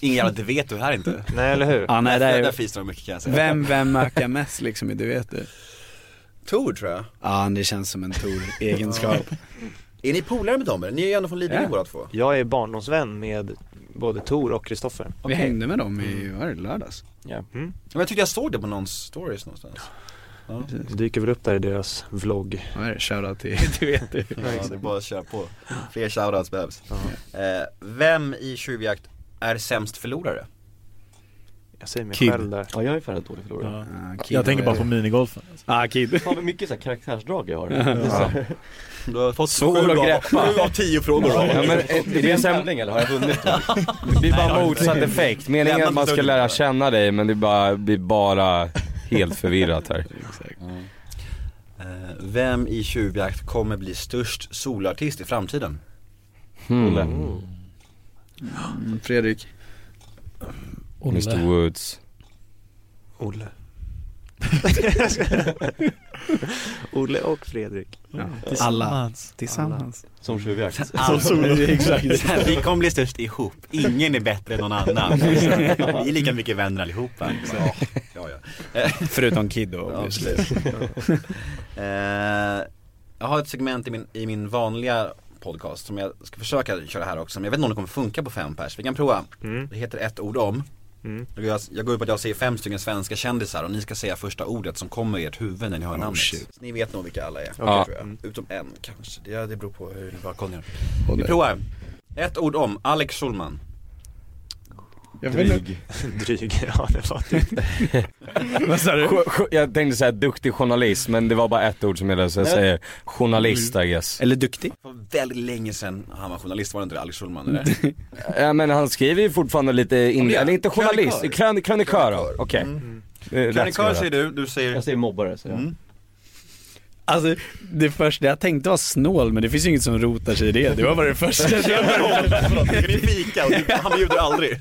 Speaker 4: Ingen jävla det vet du här inte.
Speaker 7: Nej, eller hur?
Speaker 6: Ja, nej, det
Speaker 4: Där, där
Speaker 6: är,
Speaker 4: fiser de mycket kan jag säga.
Speaker 6: vem, vem ökar mest liksom, i du vet det.
Speaker 1: Tor tror jag.
Speaker 6: Ja, det känns som en Tor-egenskap.
Speaker 1: Är ni polare med dem? eller? Ni är ju ändå från Lidingö
Speaker 6: Ja.
Speaker 1: båda två.
Speaker 7: Jag är barndomsvän med både Tor och Kristoffer.
Speaker 4: Mm.
Speaker 6: Vi hängde med dem i, vad är det, lördags?
Speaker 1: Men jag tyckte jag såg det på någons stories någonstans.
Speaker 7: Det dyker väl upp där i deras vlogg.
Speaker 6: Vad är det, shoutout till, du vet det.
Speaker 4: Ja, det är bara att köra på. Fler shoutouts behövs. Eh, vem i Tjuvjakt är sämst förlorare?
Speaker 7: Jag säger mig
Speaker 9: Kid.
Speaker 7: själv där.
Speaker 5: Ja jag är fan en dålig förlorare.
Speaker 9: Ja.
Speaker 6: Ah, kid,
Speaker 9: Jag tänker
Speaker 6: vad
Speaker 9: bara
Speaker 6: är
Speaker 9: på minigolfen.
Speaker 6: Ah, kid.
Speaker 5: Fan vad mycket så här karaktärsdrag jag har.
Speaker 4: Du har fått
Speaker 8: Svår
Speaker 4: sju
Speaker 8: att
Speaker 4: av-
Speaker 8: greppa.
Speaker 4: Sju av tio frågor.
Speaker 8: Ja, men, eh, det
Speaker 5: Det
Speaker 8: blir
Speaker 5: är en
Speaker 8: så här-
Speaker 5: tävling eller har jag vunnit?
Speaker 8: det blir bara motsatt effekt. Meningen är att man ska lära känna dig men det bara, blir bara helt förvirrat här.
Speaker 4: Eh, vem i Tjuvjakt kommer bli störst solartist i framtiden?
Speaker 8: Hmm.
Speaker 6: Mm, Fredrik.
Speaker 8: Mr Woods.
Speaker 7: Olle. Olle och Fredrik.
Speaker 9: Tillsammans.
Speaker 6: Tillsammans.
Speaker 5: Som tjuvjakt.
Speaker 4: Så här, Vi kommer bli störst ihop, ingen är bättre än någon annan. Vi är lika mycket vänner allihopa. Så, ja, ja.
Speaker 6: Förutom Kid då
Speaker 4: Ja,
Speaker 6: obviously.
Speaker 4: Eh, jag har ett segment i min, i min vanliga podcast som jag ska försöka köra här också. Men jag vet inte om det kommer funka på fem pers. Vi kan prova.
Speaker 7: Mm.
Speaker 4: Det heter ett ord om.
Speaker 7: Mm.
Speaker 4: Jag, jag går ut på att jag säger fem stycken svenska kändisar och ni ska säga första ordet som kommer i ert huvud när ni hör namnet.
Speaker 6: shit.
Speaker 4: Ni vet nog vilka alla är.
Speaker 8: Ja.
Speaker 4: Tror jag. Utom en kanske. Det, det beror på hur balkongen är.
Speaker 6: Håll
Speaker 4: Vi
Speaker 6: det.
Speaker 4: provar. Ett ord om Alex Schulman.
Speaker 6: Jag vet inte.
Speaker 7: Dryg, ja det var typ.
Speaker 6: Vad sa du?
Speaker 8: Sjo- sjo- Jag tänkte säga duktig journalist men det var bara ett ord som jag så jag säger journalist I guess.
Speaker 6: Eller duktig.
Speaker 4: Det var väldigt länge sedan han var journalist, var det inte det? Alex Schulman? Eller?
Speaker 8: Ja Eh, men han skriver ju fortfarande lite, in...
Speaker 4: det är-
Speaker 8: eller inte journalist,
Speaker 4: krönikör. Mm.
Speaker 8: krön- krönikör ja. okej. Det är rätt
Speaker 4: Krönikör
Speaker 8: skrivet.
Speaker 4: säger du, du säger...
Speaker 5: Jag säger mobbare så jag.
Speaker 6: Alltså det första jag tänkte var snål men det finns ju inget som rotar sig i det. Det var bara det första.
Speaker 4: Förlåt, ska ni fika? Och du- Han bjuder aldrig.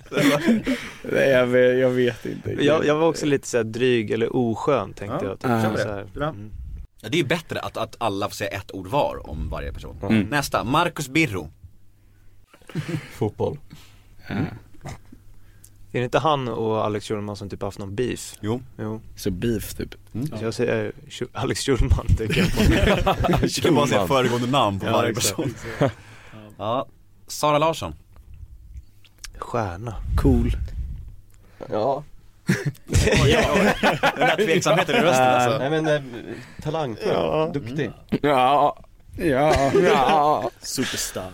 Speaker 6: Nej jag vet, jag vet inte.
Speaker 7: Jag, jag var också lite såhär dryg eller oskön tänkte
Speaker 4: Ja,
Speaker 7: jag. Typ.
Speaker 6: kör på
Speaker 7: Så
Speaker 4: det.
Speaker 7: här,
Speaker 4: Bra.
Speaker 7: mm.
Speaker 4: Ja, Det är ju bättre att, att alla får säga ett ord var om varje person.
Speaker 6: Mm.
Speaker 4: Nästa, Marcus Birro.
Speaker 5: Fotboll.
Speaker 7: Är det inte han och Alex Schulman som typ haft någon beef?
Speaker 4: Jo.
Speaker 7: Jo.
Speaker 6: Så beef typ.
Speaker 7: Så jag säger Schu- Alex Schulman tänker jag på.
Speaker 4: Du kan bara säga föregående namn på
Speaker 7: Ja,
Speaker 4: varje
Speaker 7: exakt.
Speaker 4: person. Ja, Sara Larsson.
Speaker 7: Stjärna.
Speaker 6: Cool.
Speaker 5: Ja.
Speaker 4: Den där tveksamheten i rösten alltså.
Speaker 5: Nej men eh, talangfull, duktig.
Speaker 8: Ja, ja, ja.
Speaker 9: Superstar.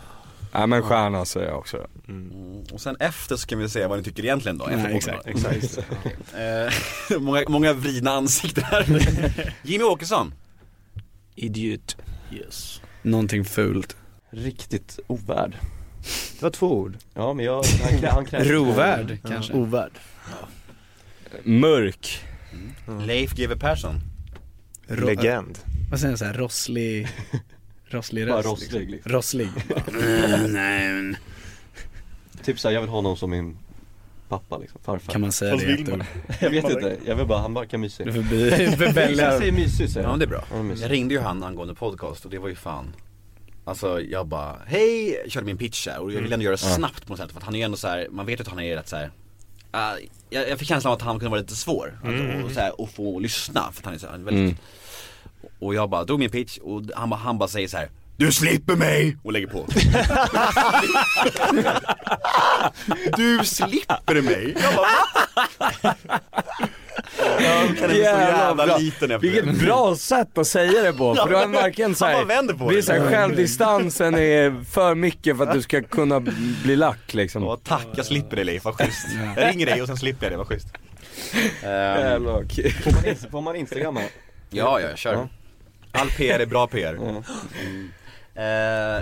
Speaker 8: Nej men stjärna säger jag också.
Speaker 4: Och sen efter så kan vi säga vad ni tycker egentligen då. Efter
Speaker 6: Nej,
Speaker 4: podden.
Speaker 6: exakt.
Speaker 7: Exakt.
Speaker 4: Eh, många, många vridna ansikten här. Jimmy Åkesson.
Speaker 7: Idiot.
Speaker 9: Yes.
Speaker 6: Någonting fult.
Speaker 5: Riktigt ovärd.
Speaker 7: Det var två ord.
Speaker 5: Ja men jag, han, krä, han kräver
Speaker 6: Rovärd kanske.
Speaker 9: Ovärd.
Speaker 8: Mörk.
Speaker 4: Leif GW Persson.
Speaker 6: Ro-
Speaker 7: Legend.
Speaker 6: Vad säger jag såhär, rosslig, rosslig
Speaker 5: Bara
Speaker 6: röst. liksom.
Speaker 5: rostlig liksom.
Speaker 6: Rosslig. Mm, nej men.
Speaker 5: Typ såhär, jag vill ha någon som min pappa liksom, farfar.
Speaker 6: Kan man säga det i ett ord?
Speaker 5: Jag vet inte, jag vill bara, han verkar mysig.
Speaker 6: Du får be- be- välja.
Speaker 5: Jag säger mysig säger
Speaker 4: Ja men
Speaker 5: jag.
Speaker 4: det är bra.
Speaker 5: Ja, mysig.
Speaker 4: Jag ringde ju han angående podcast och det var ju fan Alltså jag bara, hej, körde min pitch här och jag ville ändå göra det snabbt på något sätt för att han är ju ändå så här, man vet ju att han är rätt så här. ah, jag, jag fick känslan av att han kunde vara lite svår att, och, så här, att få lyssna för att han är så här, väldigt Och jag bara drog min pitch och han, bara- han bara säger så här. Du slipper mig! Och lägger på Du slipper mig! Jag bara "Va?" Jag känner mig så jävla liten efter det.
Speaker 8: Vilket bra sätt att säga det på, för då är marken
Speaker 4: Han bara vänder på det.
Speaker 8: såhär,
Speaker 4: Mm.
Speaker 8: blir såhär självdistansen är för mycket för att du ska kunna bli lack
Speaker 4: Ja,
Speaker 8: liksom.
Speaker 4: tack, jag slipper dig Leif, vad schysst. Jag ringer dig och sen slipper jag dig, vad schysst. Ehm,
Speaker 8: Jävlar vad kul.
Speaker 5: Får man, ins- får man instagramma?
Speaker 4: ja, ja, kör. All PR är bra PR. Mm. Eh, eh,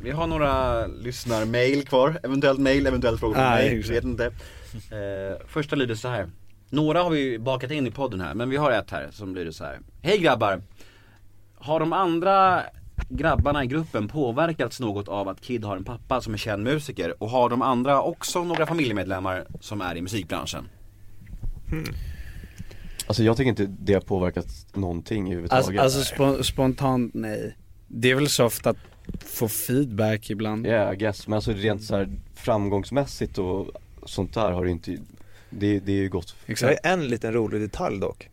Speaker 4: vi har några lyssnarmail kvar, eventuellt mail, eventuellt frågor från
Speaker 6: Nej,
Speaker 4: mig,
Speaker 6: exakt.
Speaker 4: jag vet inte. Eh, första lyder så här. Några har vi ju bakat in i podden här, men vi har ett här som lyder så här. Hej grabbar! Har de andra grabbarna i gruppen påverkats något av att Kid har en pappa som är känd musiker? Och har de andra också några familjemedlemmar som är i musikbranschen?
Speaker 5: Alltså jag tycker inte det har påverkat någonting
Speaker 6: Alltså,
Speaker 5: överhuvudtaget
Speaker 6: alltså spo- spontant nej. Det är väl soft att få feedback ibland.
Speaker 5: Ja, yeah, I guess. Men alltså rent så här framgångsmässigt och sånt där har det inte, det, det är ju gott.
Speaker 6: Liksom.
Speaker 7: Det är en liten rolig detalj dock.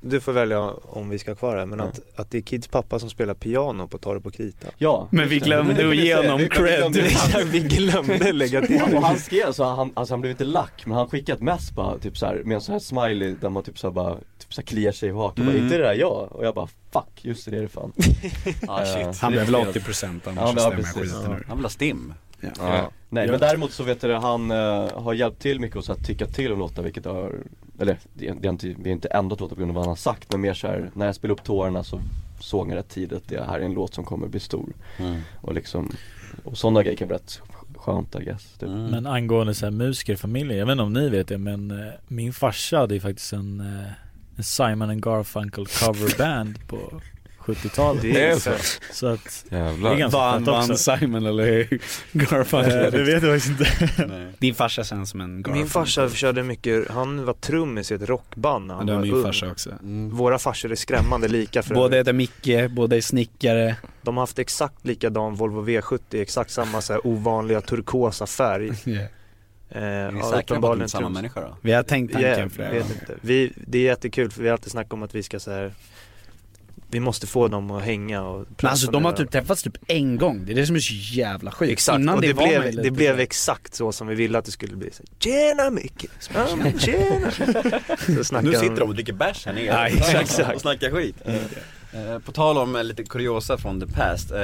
Speaker 7: Du får välja om vi ska ha kvar det här, men att, att det är Kids pappa som spelar piano på Ta det på krita.
Speaker 5: Ja,
Speaker 7: Men vi
Speaker 5: just det.
Speaker 7: glömde
Speaker 5: Men det
Speaker 7: att
Speaker 5: vill jag
Speaker 7: ge
Speaker 5: säga.
Speaker 7: honom
Speaker 5: Vi glömde-
Speaker 7: cred. Exakt, vi glömde lägga till.
Speaker 5: Och han skrev så han, alltså han blev inte lack men han skickade ett mess bara typ så här, med en sån här smiley där man typ så här bara, typ så här kliar sig i hakan bara,
Speaker 6: Mm.
Speaker 5: inte det där jag? Och jag bara fuck, just det, det är det fan
Speaker 4: Ah, shit.
Speaker 6: Han blev väl 80% annars
Speaker 5: Ja, men,
Speaker 6: så
Speaker 5: ja,
Speaker 6: stämmer jag
Speaker 5: precis.
Speaker 6: skiten ur.
Speaker 4: Han vill ha stim
Speaker 6: Ja.
Speaker 5: Ja. Nej men däremot så vet du det, han eh, har hjälpt till mycket och så här, tycka till om låtar vilket har, eller det, det är inte, vi har inte ändrat låtar på grund av vad han har sagt men mer så här, när jag spelade upp tårarna så såg jag rätt tidigt att det här är en låt som kommer bli stor.
Speaker 9: Mm.
Speaker 5: Och liksom, och sådana grejer kan vara rätt skönt I guess. Typ.
Speaker 9: Men angående så här musikerfamiljer, jag vet inte om ni vet det men eh, min farsa hade ju faktiskt en, eh, en Simon and Garfunkel coverband på 70-talet.
Speaker 6: Det är så.
Speaker 9: Så att,
Speaker 6: Jävlar.
Speaker 9: det är ganska
Speaker 6: Vann-
Speaker 9: fett också.
Speaker 6: vann Simon eller Garfunkel?
Speaker 9: Eh, Det vet jag faktiskt inte.
Speaker 6: Din farsa känns som en Garfunkel.
Speaker 7: Min farsa körde mycket, han var trummis i ett rockband när
Speaker 6: Men
Speaker 7: han
Speaker 6: det var
Speaker 7: var
Speaker 6: min
Speaker 7: ung.
Speaker 6: farsa också.
Speaker 7: Våra farsor är skrämmande lika för
Speaker 6: Båda heter Micke, båda är snickare.
Speaker 7: De har haft exakt likadan Volvo V70, exakt samma så här ovanliga turkosa färg.
Speaker 6: Yeah.
Speaker 7: Eh,
Speaker 4: Är ni
Speaker 7: ja,
Speaker 4: säkra på att
Speaker 7: uppenbarligen
Speaker 4: det är samma
Speaker 7: trums.
Speaker 4: människa då?
Speaker 6: Vi har tänkt tanken
Speaker 7: Yeah,
Speaker 6: flera
Speaker 7: vet
Speaker 6: gånger.
Speaker 7: inte. Vi, det är jättekul för vi har alltid snackat om att vi ska så här. vi måste få dem att hänga och
Speaker 6: Men
Speaker 7: prata
Speaker 6: alltså
Speaker 7: med
Speaker 6: de har
Speaker 7: varandra.
Speaker 6: typ träffats typ en gång, det är det som är så jävla sjukt.
Speaker 7: Exakt, och det,
Speaker 6: var
Speaker 7: blev,
Speaker 6: möjligt.
Speaker 7: det blev exakt så som vi ville att det skulle bli. Så här, Tjena Micke! Ja, men Tjena! Så snackar
Speaker 4: Nu sitter de och dricker bärs här nere
Speaker 7: Ja, exakt.
Speaker 4: och snackar skit Eh, På tal om eh, lite kuriosa från the past eh,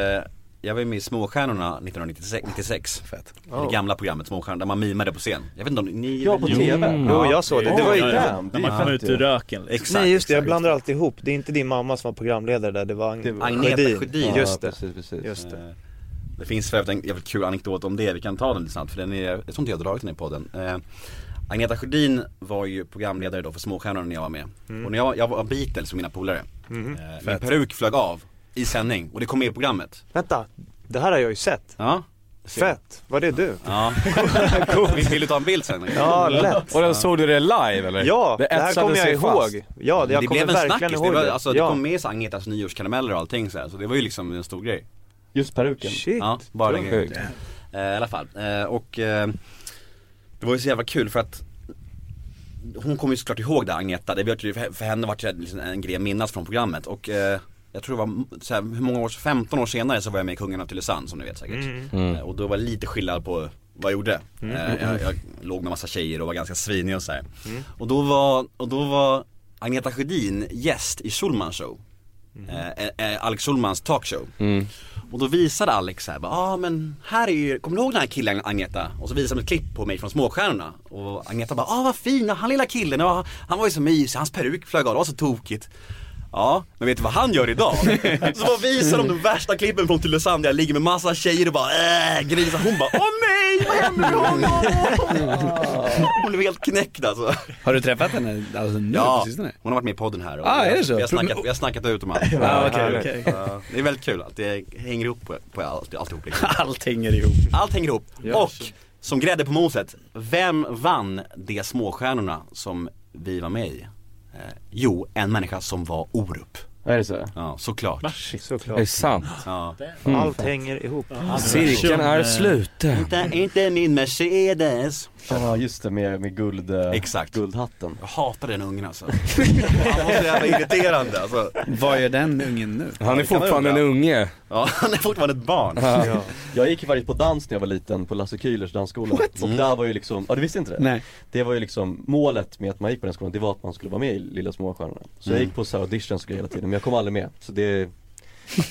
Speaker 4: Jag var ju med i Småstjärnorna 1996 96,
Speaker 7: Oh.
Speaker 4: Det gamla programmet Småstjärnorna där man mimade på scen Jag vet inte om ni
Speaker 7: Ja, på TV. Jo, jag såg det. Det var ju den.
Speaker 4: När man kom ut ur röken Exakt
Speaker 7: Nej just det, jag blandar alltid ihop. Det är inte din mamma som var programledare där, det var Ag-
Speaker 4: Agneta
Speaker 7: Sjödin.
Speaker 4: Sjödin.
Speaker 7: Just det.
Speaker 4: Just det. Eh, Det finns för övrigt en jävligt kul anekdot om det, vi kan ta den lite snabbt för den är, jag tror inte jag har dragit den i podden eh, Agneta Sjödin var ju programledare då för Småstjärnorna när jag var med
Speaker 10: Mm.
Speaker 4: Och när jag, jag var Beatles och mina polare
Speaker 7: Mm.
Speaker 10: Mhm.
Speaker 4: eh, Min
Speaker 10: Fett.
Speaker 4: peruk flög av i sändning och det kom med i programmet
Speaker 7: Vänta, det här har jag ju sett.
Speaker 4: Ja.
Speaker 7: Fett, var det du?
Speaker 4: Ja, Vill- vill du ta en bild sen? Mm.
Speaker 7: Ja, lätt.
Speaker 8: Och då såg du det live eller?
Speaker 7: Ja, det här
Speaker 8: etsade
Speaker 7: kommer jag
Speaker 8: sig
Speaker 7: ihåg.
Speaker 8: fast.
Speaker 7: Ja, jag
Speaker 4: det
Speaker 7: kommer
Speaker 4: blev en
Speaker 7: verkligen
Speaker 4: snackis,
Speaker 7: ihåg
Speaker 4: det, var,
Speaker 7: det.
Speaker 4: alltså,
Speaker 7: Ja.
Speaker 4: det kom med så här Agnetas nyårskarameller och allting så, här, så det var ju liksom en stor grej
Speaker 5: Just peruken?
Speaker 7: Shit,
Speaker 4: Ja, bara den
Speaker 7: sjukt.
Speaker 4: grejen eh, I alla fall, eh, och eh, det var ju så jävla kul för att Hon kommer ju såklart ihåg det Agneta, det vet ju, för för henne var det liksom en grej att minnas från programmet och eh, jag tror det var, m- så här, hur många år, 15 år senare så var jag med i Kungen av Tylösand som ni vet säkert
Speaker 10: Mm.
Speaker 8: Mm.
Speaker 4: Eh, Och då var det lite skillnad på vad jag gjorde
Speaker 10: Mm.
Speaker 4: eh, jag, jag låg med massa tjejer och var ganska svinig och så här. Och då var, och då var Agneta Sjödin gäst i Schulmans show eh, eh, Alex Schulmans talkshow
Speaker 8: Mm.
Speaker 4: och då visade Alex så här, bara, ah, men här är ju, kommer du ihåg den här killen Agneta? Och så visade han ett klipp på mig från Småstjärnorna Och Agneta bara, ah vad fin, han lilla killen, ah, han var ju så mysig, hans peruk flög av, det var så tokigt Ja, men vet du vad han gör idag? Så bara visar de de värsta klippen från Tylösand där jag ligger med massa tjejer och bara äh, grisar Hon bara, åh nej, vad händer med honom? Hon blev helt knäckt alltså
Speaker 6: Har du träffat henne alltså, nu
Speaker 4: Ja,
Speaker 6: på sistone?
Speaker 4: hon har varit med i podden här och
Speaker 6: Ah, är det så?
Speaker 4: jag, jag, snackat, jag har snackat ut om allt
Speaker 6: Ja, okej, okej.
Speaker 4: Ja, Det är väldigt kul att det hänger ihop på, på allt, alltihop liksom.
Speaker 6: Allt hänger ihop.
Speaker 4: Allt hänger ihop. Och som grädde på moset, vem vann de småstjärnorna som vi var med i? Eh, jo, en människa som var Orup.
Speaker 5: Är det så?
Speaker 4: Ja, såklart.
Speaker 7: Såklart.
Speaker 8: Det är sant.
Speaker 4: Ja.
Speaker 8: Mm.
Speaker 7: Allt hänger ihop.
Speaker 8: Cirkeln är sluten.
Speaker 4: Inte, inte min Mercedes.
Speaker 5: Ja just det med, med guld, eh,
Speaker 4: Exakt.
Speaker 5: guldhatten
Speaker 4: Jag hatar den ungen alltså. Han var så jävla irriterande alltså.
Speaker 6: Vad gör den ungen nu?
Speaker 8: Han är
Speaker 4: Det kan man
Speaker 8: fortfarande en
Speaker 4: undra.
Speaker 8: unge.
Speaker 4: Ja, han är fortfarande ett barn.
Speaker 5: Ja. Jag gick ju faktiskt på dans när jag var liten på Lasse Kühlers dansskola Och där var ju liksom, ja du visste inte det?
Speaker 6: Nej.
Speaker 5: Det var ju liksom målet med att man gick på den skolan, det var att man skulle vara med i Lilla Småstjärnorna Så jag
Speaker 4: Mm.
Speaker 5: gick på så här auditions och grejer hela tiden men jag kom aldrig med Så det,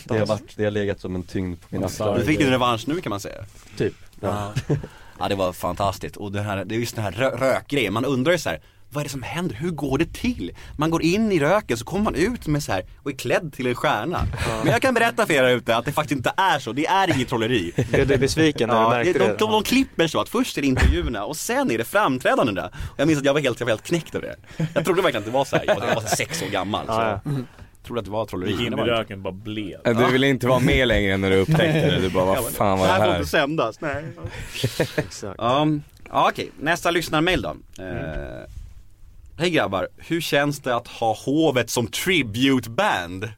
Speaker 5: det har varit, det har legat som en tyngd på mina axlar
Speaker 4: Du fick din revansch nu kan man säga.
Speaker 5: Typ
Speaker 4: Ja. ja det var fantastiskt och det här, det är just den här rö- rökgrejen, man undrar ju så här. Vad är det som händer? Hur går det till? Man går in i röken så kommer man ut med så här och är klädd till en stjärna. Men jag kan berätta för er där ute att det faktiskt inte är så, det är inget trolleri.
Speaker 7: Blev du besviken när du
Speaker 4: Ja,
Speaker 7: märkte
Speaker 4: de,
Speaker 7: det?
Speaker 4: de, de klipper så att först är det intervjuerna och sen är det framträdandena. Och jag minns att jag var helt, jag var helt knäckt över det. Jag trodde verkligen att det var så här. jag var, jag var sex år gammal. Så.
Speaker 7: Ja, ja.
Speaker 4: trodde att det var trolleri.
Speaker 9: Gick in
Speaker 4: men det
Speaker 9: i
Speaker 4: var det inte.
Speaker 9: röken och bara blev.
Speaker 8: Du ville inte vara med längre när du upptäckte det. Du bara,
Speaker 4: Ja,
Speaker 8: vad
Speaker 4: men,
Speaker 8: fan var det
Speaker 4: här får
Speaker 8: här?
Speaker 4: inte sändas, nej. Exakt. Um, ja, okej, nästa lyssnarmail då. Eh, Hej grabbar, hur känns det att ha hovet som tributeband?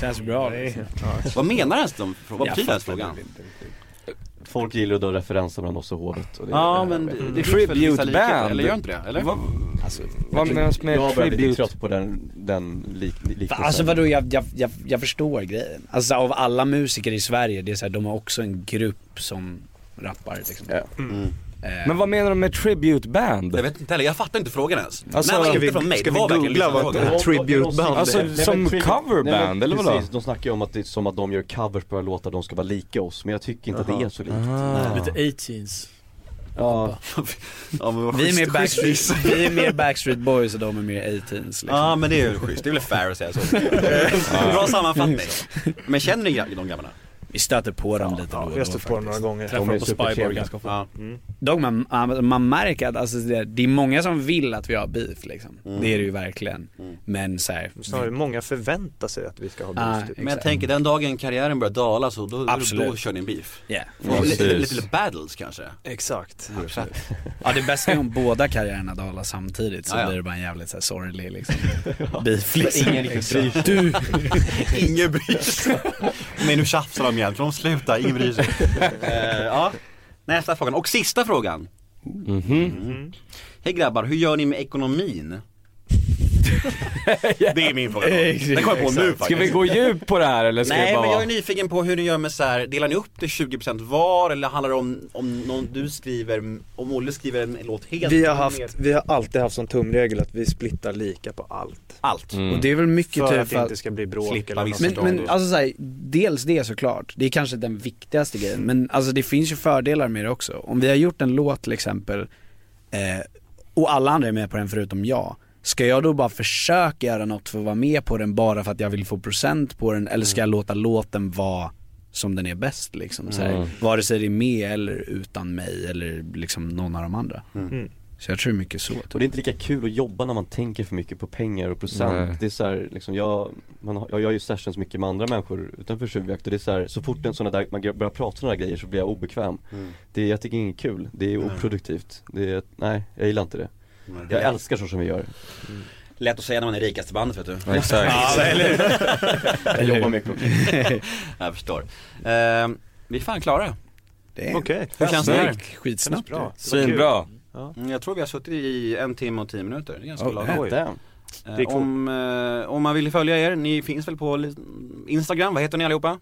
Speaker 6: Känns bra.
Speaker 9: liksom.
Speaker 4: Vad menar ens de? Vad betyder ens frågan?
Speaker 5: Folk gillar att dra referenser mellan oss och hovet och det,
Speaker 4: Ja men det, det finns väl vissa likheter, eller gör inte det? Eller?
Speaker 8: Vad-
Speaker 5: Alltså,
Speaker 8: Vad menas med
Speaker 5: jag börjar bli
Speaker 8: tribute?
Speaker 5: trött på den, den lik, liknelsen
Speaker 6: Alltså vadå, jag, jag, jag, jag förstår grejen. Alltså av alla musiker i Sverige, det är så här, de har också en grupp som rappar liksom.
Speaker 5: Ja.
Speaker 6: Eh,
Speaker 8: Men vad menar de med tribute band?
Speaker 4: Jag vet inte heller, jag fattar inte frågan ens.
Speaker 8: Alltså,
Speaker 4: När man
Speaker 8: ska
Speaker 4: gick
Speaker 8: vi-
Speaker 4: ifrån mig,
Speaker 7: ska
Speaker 4: det
Speaker 7: vi
Speaker 4: var verkligen
Speaker 7: googla vad
Speaker 4: lyssnarfrågan.
Speaker 7: ett tributeband
Speaker 8: Alltså,
Speaker 7: är?
Speaker 8: som
Speaker 5: tri-
Speaker 8: coverband,
Speaker 5: Nej, men
Speaker 8: eller vadå?
Speaker 5: Precis, de snackar ju om att det är som att de gör covers på våra låtar, de ska vara lika oss. Men jag tycker inte att det är så likt.
Speaker 8: Ah.
Speaker 9: Lite 18s.
Speaker 5: Ja,
Speaker 4: Ja, men vad
Speaker 6: vi, är
Speaker 4: schysst-
Speaker 6: mer
Speaker 4: schysst.
Speaker 6: Backstreet, vi är mer Backstreet Boys och de är mer 18s liksom.
Speaker 4: Ja men det är ju schysst, det är väl fair att säga så. Bra sammanfattning. Men känner ni gra- de grabbarna?
Speaker 6: Vi stöter på dem lite då och
Speaker 7: Jag
Speaker 6: då
Speaker 7: har stött på dem några gånger.
Speaker 9: Träffade
Speaker 5: är
Speaker 9: dem på Spybar
Speaker 5: supertrevliga.
Speaker 9: ganska ofta.
Speaker 4: Ja.
Speaker 6: Dock man, man märker att alltså, det, det är många som vill att vi har beef liksom. Det är det ju verkligen. Men så här,
Speaker 7: Snarare många förväntar sig att vi ska ha
Speaker 6: Ah,
Speaker 7: beef. typ.
Speaker 4: Men jag
Speaker 6: Exakt.
Speaker 4: tänker den dagen karriären börjar dala så då, då,
Speaker 6: Absolut.
Speaker 4: då kör ni en beef.
Speaker 6: yeah. Alltså,
Speaker 4: Får
Speaker 8: Precis.
Speaker 4: Lite, lite battles kanske.
Speaker 7: Exakt.
Speaker 6: Ja det bästa är om båda karriärerna dalar samtidigt så
Speaker 4: Ja, ja.
Speaker 6: blir det bara en jävligt så här, sorglig liksom, beef liksom.
Speaker 5: ingen riktigt bryr sig.
Speaker 6: Du,
Speaker 4: Ingen bryr sig. Men nu tjafsar de igen, för de slutar, ingen bryr sig. Eh, ja. Nästa frågan, och sista frågan. Mm.
Speaker 8: Mhm.
Speaker 4: Hej grabbar, hur gör ni med ekonomin? Det är min fråga. Den kommer jag på nu
Speaker 8: Ska vi
Speaker 4: faktiskt.
Speaker 8: gå djupt på det här eller ska vi
Speaker 4: Nej
Speaker 8: bara
Speaker 4: men jag är nyfiken på hur ni gör med så här, delar ni upp det 20% var eller handlar det om, om någon du skriver, om Olle skriver en låt helt?
Speaker 7: Vi har, haft, vi har alltid haft som tumregel att vi splittar lika på allt.
Speaker 4: Allt.
Speaker 8: Mm.
Speaker 6: och det är väl mycket
Speaker 7: För
Speaker 6: typ
Speaker 7: att det inte ska bli bråk
Speaker 4: Slippa
Speaker 7: eller något
Speaker 4: vissa
Speaker 7: sånt.
Speaker 6: Men,
Speaker 4: Förstånd
Speaker 6: men
Speaker 4: och-
Speaker 6: alltså så här, dels det såklart, det är kanske den viktigaste grejen. Men alltså det finns ju fördelar med det också. Om vi har gjort en låt till exempel eh, och alla andra är med på den förutom jag. Ska jag då bara försöka göra något för att vara med på den bara för att jag vill få procent på den eller ska jag låta låten vara som den är bäst liksom? Så här, Vare sig det är med eller utan mig eller liksom någon av de andra. Så jag tror mycket så.
Speaker 5: Och det är inte lika kul att jobba när man tänker för mycket på pengar och procent.
Speaker 8: Nej.
Speaker 5: Det är så här, liksom jag, man, har- jag gör ju sessions mycket med andra människor utanför Tjuvjakt och det är så här, så fort en sån där, man börjar prata sådana där grejer så blir jag obekväm. Det, jag tycker inget kul, det är oproduktivt. Det är, nej, jag gillar inte det.
Speaker 4: Mm.
Speaker 5: Jag älskar så som vi gör.
Speaker 4: Lätt att säga när man är rikaste bandet vet du.
Speaker 8: Exakt.
Speaker 5: Jag jobbar mycket också.
Speaker 4: Jag förstår. Eh, vi är fan klara.
Speaker 6: Det är
Speaker 7: Okej.
Speaker 4: Hur känns det här?
Speaker 6: snyggt. skitsnabbt.
Speaker 7: Bra.
Speaker 8: Svinbra.
Speaker 4: Mm, Jag tror vi har suttit i en timme och tio minuter. Det är ganska
Speaker 6: Oh,
Speaker 4: lagom.
Speaker 6: damn.
Speaker 5: God damn.
Speaker 4: Eh,
Speaker 7: det är coolt.
Speaker 4: om, eh, om man vill följa er, ni finns väl på li- Instagram, vad heter ni allihopa?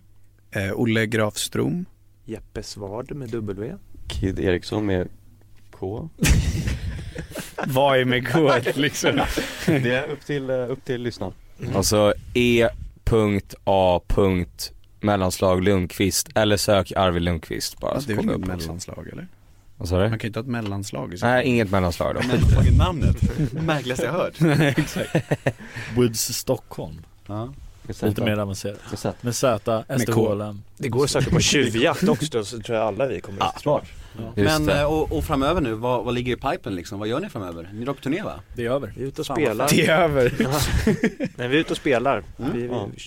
Speaker 6: Eh, Olle Grafstrom.
Speaker 7: Jeppe Svard med W.
Speaker 5: Kid Eriksson med K.
Speaker 6: Vad är med gott liksom?
Speaker 5: Det är upp till, eh, upp till lyssnaren.
Speaker 8: Alltså E.A. Mellanslag Lundqvist eller sök Arvid Lundqvist bara
Speaker 4: Alltså,
Speaker 6: det
Speaker 8: så
Speaker 6: är väl
Speaker 8: kommer
Speaker 6: inget
Speaker 8: upp mellan...
Speaker 6: mellanslag eller?
Speaker 8: Vad sa du?
Speaker 6: Man kan ju inte ha ett mellanslag i så
Speaker 8: Nej inget mellanslag då.
Speaker 4: Fucking namnet, märkligaste jag hört.
Speaker 9: Woods Stockholm.
Speaker 4: Ja.
Speaker 5: Med Z.
Speaker 9: Lite mer avancerat.
Speaker 5: Med Z.
Speaker 9: Med Z, Esterholm.
Speaker 7: Det går att söka på tjuvjakt också så tror jag alla vi kommer att
Speaker 5: Smart.
Speaker 8: Just
Speaker 4: Men
Speaker 8: det.
Speaker 4: eh, och, och framöver nu, vad, vad ligger i pipen liksom? Vad gör ni framöver? Ni rockturné va?
Speaker 9: Det är över.
Speaker 7: Vi är ute och
Speaker 4: Fan, vad
Speaker 7: spelar.
Speaker 6: Det är över.
Speaker 7: Nej vi är ute och spelar.
Speaker 4: Mm.
Speaker 7: Vi,
Speaker 5: Ja.
Speaker 7: vi,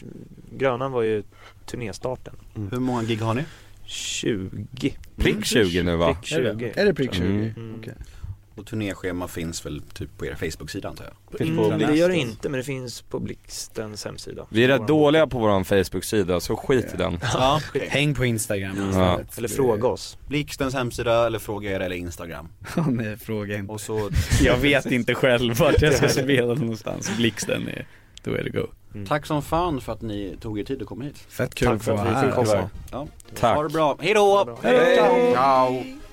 Speaker 7: Grönan var ju turnéstarten.
Speaker 4: Hur många gig har ni?
Speaker 7: 20.
Speaker 8: Prick 20 nu va?
Speaker 7: Prick
Speaker 9: Är det
Speaker 7: 20.
Speaker 6: Är det prick 20?
Speaker 8: Mm.
Speaker 7: Mm.
Speaker 6: Okej.
Speaker 4: Och turnéschema finns väl typ på er Facebook-sida antar jag?
Speaker 7: På
Speaker 5: Finns
Speaker 7: Insta-
Speaker 5: på
Speaker 7: det gör det
Speaker 5: Blixtens.
Speaker 7: inte Mm. men det finns på Blixtens hemsida.
Speaker 8: Vi är rätt
Speaker 7: Vår-
Speaker 8: dåliga på våran Facebook-sida så skit i den.
Speaker 4: Ja,
Speaker 6: Häng på Instagram
Speaker 8: Ja.
Speaker 6: istället.
Speaker 7: Eller fråga oss.
Speaker 4: Blixtens hemsida eller fråga er eller Instagram.
Speaker 6: Ja, Nej, fråga inte.
Speaker 4: Och så
Speaker 6: Jag vet inte själv vart jag ska spela någonstans. Blixten är, då är det go.
Speaker 4: tack som fan för att ni tog er tid att komma hit.
Speaker 6: Fett kul
Speaker 7: Tack för att vi fick
Speaker 6: alltså.
Speaker 7: komma.
Speaker 4: Ja.
Speaker 8: Tack.
Speaker 4: Ha det bra, hejdå! Hej! Ciao!